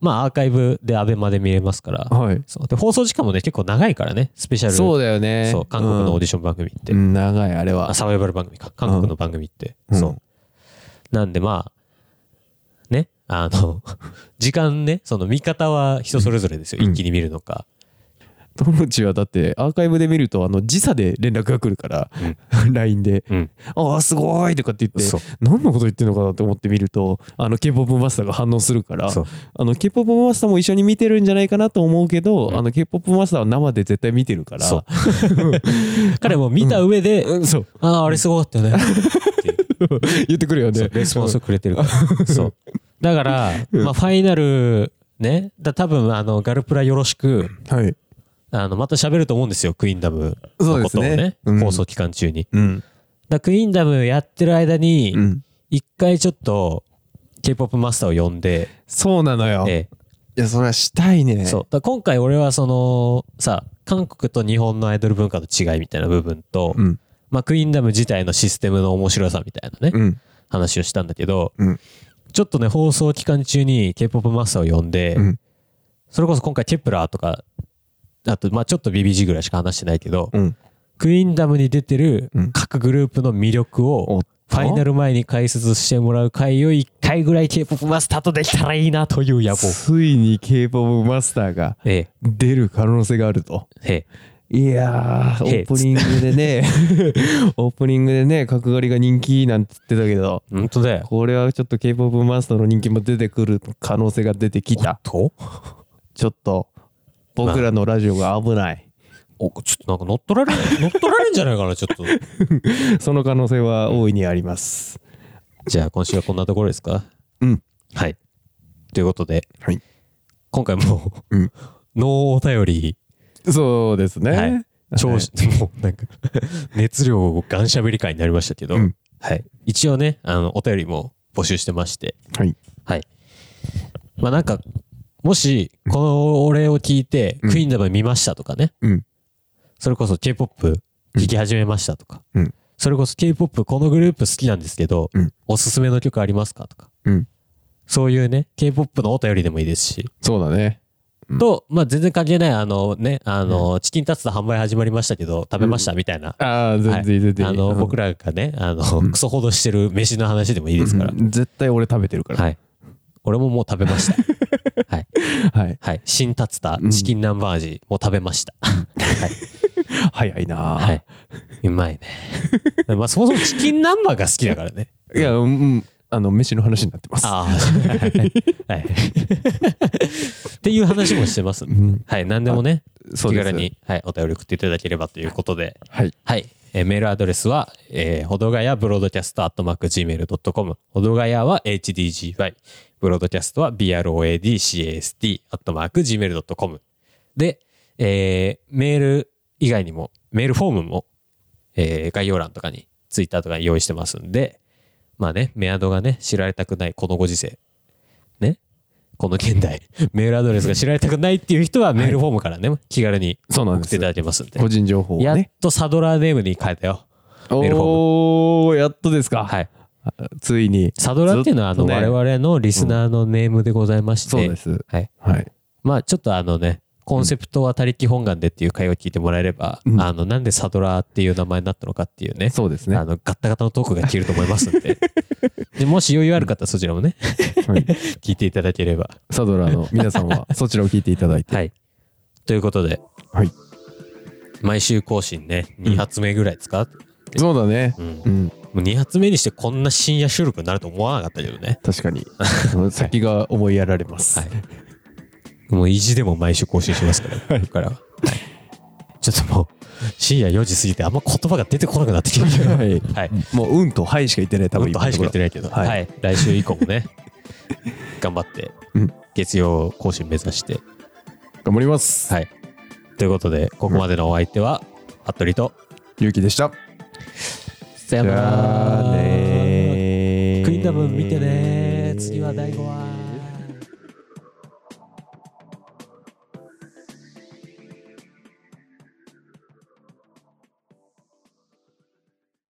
Speaker 1: まあアーカイブでアベマで見れますから、
Speaker 2: うん。はい。
Speaker 1: そうで放送時間もね結構長いからねスペシャル
Speaker 2: そうだよね。
Speaker 1: そう韓国のオー
Speaker 2: デ
Speaker 1: ディション番組って、
Speaker 2: うん長い、あれ
Speaker 1: あ
Speaker 2: は。
Speaker 1: サバイバル番組か韓国の番組って、
Speaker 2: うん
Speaker 1: そうなんでまあねあの 時間ねその見方は人それぞれですよ、
Speaker 2: うん
Speaker 1: 一気に見るのか
Speaker 2: トムチはだってアーカイブで見ると、あの、時差で連絡が来るから、LINE で。
Speaker 1: うん
Speaker 2: ああすごいとかって言っ
Speaker 1: そう
Speaker 2: て何のこと言ってるのかなと思ってみるとあの K-POP マスターが反応するから
Speaker 1: そう
Speaker 2: あの K-POP マスターも一緒に見てるんじゃないかなと思うけど、
Speaker 1: うん
Speaker 2: あの K-POP マスターは生で絶対見てるから
Speaker 1: そう彼も見た上で、
Speaker 2: うんそう
Speaker 1: あああれすごかったよねっていう
Speaker 2: 言ってくるよ
Speaker 1: そう
Speaker 2: ね
Speaker 1: レスポンスをくれてるから そうだから、
Speaker 2: うん
Speaker 1: まあ、ファイナルねだ多分あのガルプラよろしく
Speaker 2: はい
Speaker 1: あのまた喋ると思うんですよクイーンダム
Speaker 2: そう
Speaker 1: の
Speaker 2: で
Speaker 1: こ
Speaker 2: す
Speaker 1: とをね
Speaker 2: ねうん
Speaker 1: 放送期間中に
Speaker 2: うん
Speaker 1: だクイーンダムやってる間に、
Speaker 2: うん
Speaker 1: 一回ちょっと K-POP マスターを呼んで、
Speaker 2: そうなのよ、
Speaker 1: え
Speaker 2: いやそれはしたいね
Speaker 1: えそうだから今回俺はそのさ韓国と日本のアイドル文化の違いみたいな部分と、
Speaker 2: うん
Speaker 1: まあ、クイーンダム自体のシステムの面白さみたいなね、
Speaker 2: うん
Speaker 1: 話をしたんだけど、
Speaker 2: うん
Speaker 1: ちょっとね放送期間中に K-POP マスターを呼んで、
Speaker 2: うん
Speaker 1: それこそ今回ケプラーとかあとまあちょっと BBG ぐらいしか話してないけど、
Speaker 2: うん
Speaker 1: クイーンダムに出てる
Speaker 2: うん
Speaker 1: 各グループの魅力を
Speaker 2: お
Speaker 1: フファイナル前に解説してもらう回を1回ぐらい K-POP マスターとできたらいいなという野望。
Speaker 2: ついに K-POP マスターが
Speaker 1: ええ、
Speaker 2: 出る可能性があると。
Speaker 1: ええ。
Speaker 2: いやー、オ
Speaker 1: へえ
Speaker 2: ープニングでね、 オープニングでね、角刈りが人気なんて言ってたけど、
Speaker 1: 本当だよ。
Speaker 2: これはちょっと K-POP マスターの人気も出てくる可能性が出てきた。
Speaker 1: と
Speaker 2: ちょっと、僕らのラジオが危ない。
Speaker 1: おちょっとなんか乗っ取られる、乗っ 取られるんじゃないかな、ちょっと。
Speaker 2: その可能性は大いにあります。
Speaker 1: じゃあ今週はこんなところですか
Speaker 2: うん。
Speaker 1: はい。ということで、
Speaker 2: はい
Speaker 1: 今回も、
Speaker 2: うん
Speaker 1: ノーお便り、
Speaker 2: そうですね。
Speaker 1: はい超、
Speaker 2: はい
Speaker 1: もうなんか、熱量をガンしゃべり会になりましたけど、
Speaker 2: うん
Speaker 1: はい。一応ね、あの、お便りも募集してまして、
Speaker 2: はい。
Speaker 1: はい。まあなんか、もし、このお礼を聞いて、
Speaker 2: うん
Speaker 1: クイーンダム見ましたとかね、
Speaker 2: うん。
Speaker 1: それこそ K-POP 聴き始めましたとか、
Speaker 2: うん
Speaker 1: それこそ K-POP このグループ好きなんですけど、
Speaker 2: うん
Speaker 1: おすすめの曲ありますかとか、
Speaker 2: うん
Speaker 1: そういうね、K-POP のお便りでもいいですし、
Speaker 2: そうだね。うん
Speaker 1: と、まあ全然関係ない、あのね、あの、チキンタツタ販売始まりましたけど、食べましたみたいな、
Speaker 2: ああ、全然全然。
Speaker 1: あの、僕
Speaker 2: ら
Speaker 1: らがね、あの、クソほどしてる飯の話でもいいですから、
Speaker 2: 絶対俺食べてるから。
Speaker 1: はい。俺ももう食べました。 はい。
Speaker 2: はい。
Speaker 1: はい。新タツタ
Speaker 2: う、ん
Speaker 1: チキン南蛮味、もう食べました。はい。
Speaker 2: 早いな
Speaker 1: はい。うまいね。 まあ、そもそもチキン南蛮が好きだからね。
Speaker 2: いや、うんうん、あの、飯の話になってます。
Speaker 1: ああ。はい。っていう話もしてますんで。
Speaker 2: うん
Speaker 1: はい。何でもね、
Speaker 2: そう
Speaker 1: 気
Speaker 2: です
Speaker 1: 軽に、はい、お便り送っていただければということで。
Speaker 2: はい。
Speaker 1: はい。えーメールアドレスは、えー、ほどがやブロードキャストアットマーク Gmail.com。ほどがやは HDGY。ブロードキャストは BROADCAST アットマーク Gmail.com。で、えーメール以外にも、メールフォームも、えー概要欄とかに、ツイッターとかに用意してますんで、まあね、メアドがね、知られたくないこのご時世。ね。この現代、 メールアドレスが知られたくないっていう人はメールフォームからね、気軽に
Speaker 2: そうな
Speaker 1: 送
Speaker 2: ん
Speaker 1: っ
Speaker 2: です
Speaker 1: ていただけますんで。
Speaker 2: 個人情報を
Speaker 1: やっ
Speaker 2: ね。
Speaker 1: とサドラーネームに変えたよ。メールフォーム
Speaker 2: おー、やっとですか。
Speaker 1: はい。
Speaker 2: ついに。
Speaker 1: サドラーっていうのは、あ
Speaker 2: ずっ
Speaker 1: の、
Speaker 2: とね
Speaker 1: 我々のリスナーのネームでございまして、
Speaker 2: そうです。
Speaker 1: はい。
Speaker 2: はい。
Speaker 1: まあ、ちょっとあのね、コンセプトは他力本願でっていう会を聞いてもらえれば、
Speaker 2: うん
Speaker 1: あの、なんでサドラーっていう名前になったのかっていうね、
Speaker 2: そうですね。
Speaker 1: あの、ガッタガタのトークが聞けると思いますん で、でもし余裕ある方はそちらもね、
Speaker 2: はい
Speaker 1: 聞いていただければ。
Speaker 2: サドラーの皆さ んはそちらを聞いていただいて。
Speaker 1: はい。ということで、
Speaker 2: はい。
Speaker 1: 毎週更新ね、2発目ぐらいですか、
Speaker 2: そうだね。
Speaker 1: うん
Speaker 2: うん。
Speaker 1: もう2発目にしてこんな深夜収録になると思わなかったけどね。
Speaker 2: 確かに。 うん先が思いやられます。
Speaker 1: はい。もう意地でも毎週更新しますから、ここからは。はいちょっともう、深夜4時過ぎてあんま言葉が出てこなくなってきてるけど。
Speaker 2: はい
Speaker 1: はい。
Speaker 2: もう、うんとはいしか言ってない、多
Speaker 1: 多
Speaker 2: 分
Speaker 1: 分と
Speaker 2: 今
Speaker 1: 早
Speaker 2: の
Speaker 1: し
Speaker 2: と
Speaker 1: か
Speaker 2: こ
Speaker 1: 言
Speaker 2: ろ
Speaker 1: ってないけど、
Speaker 2: はい
Speaker 1: はい。来週以降もね、 頑張って
Speaker 2: うん、
Speaker 1: 月曜更新目指して。
Speaker 2: 頑張ります。
Speaker 1: はい。ということで、ここまでのお相手は、服部と、
Speaker 2: ゆうきでした。
Speaker 1: さ
Speaker 2: じゃあねー
Speaker 1: クイーンダム見てねー次は第5話。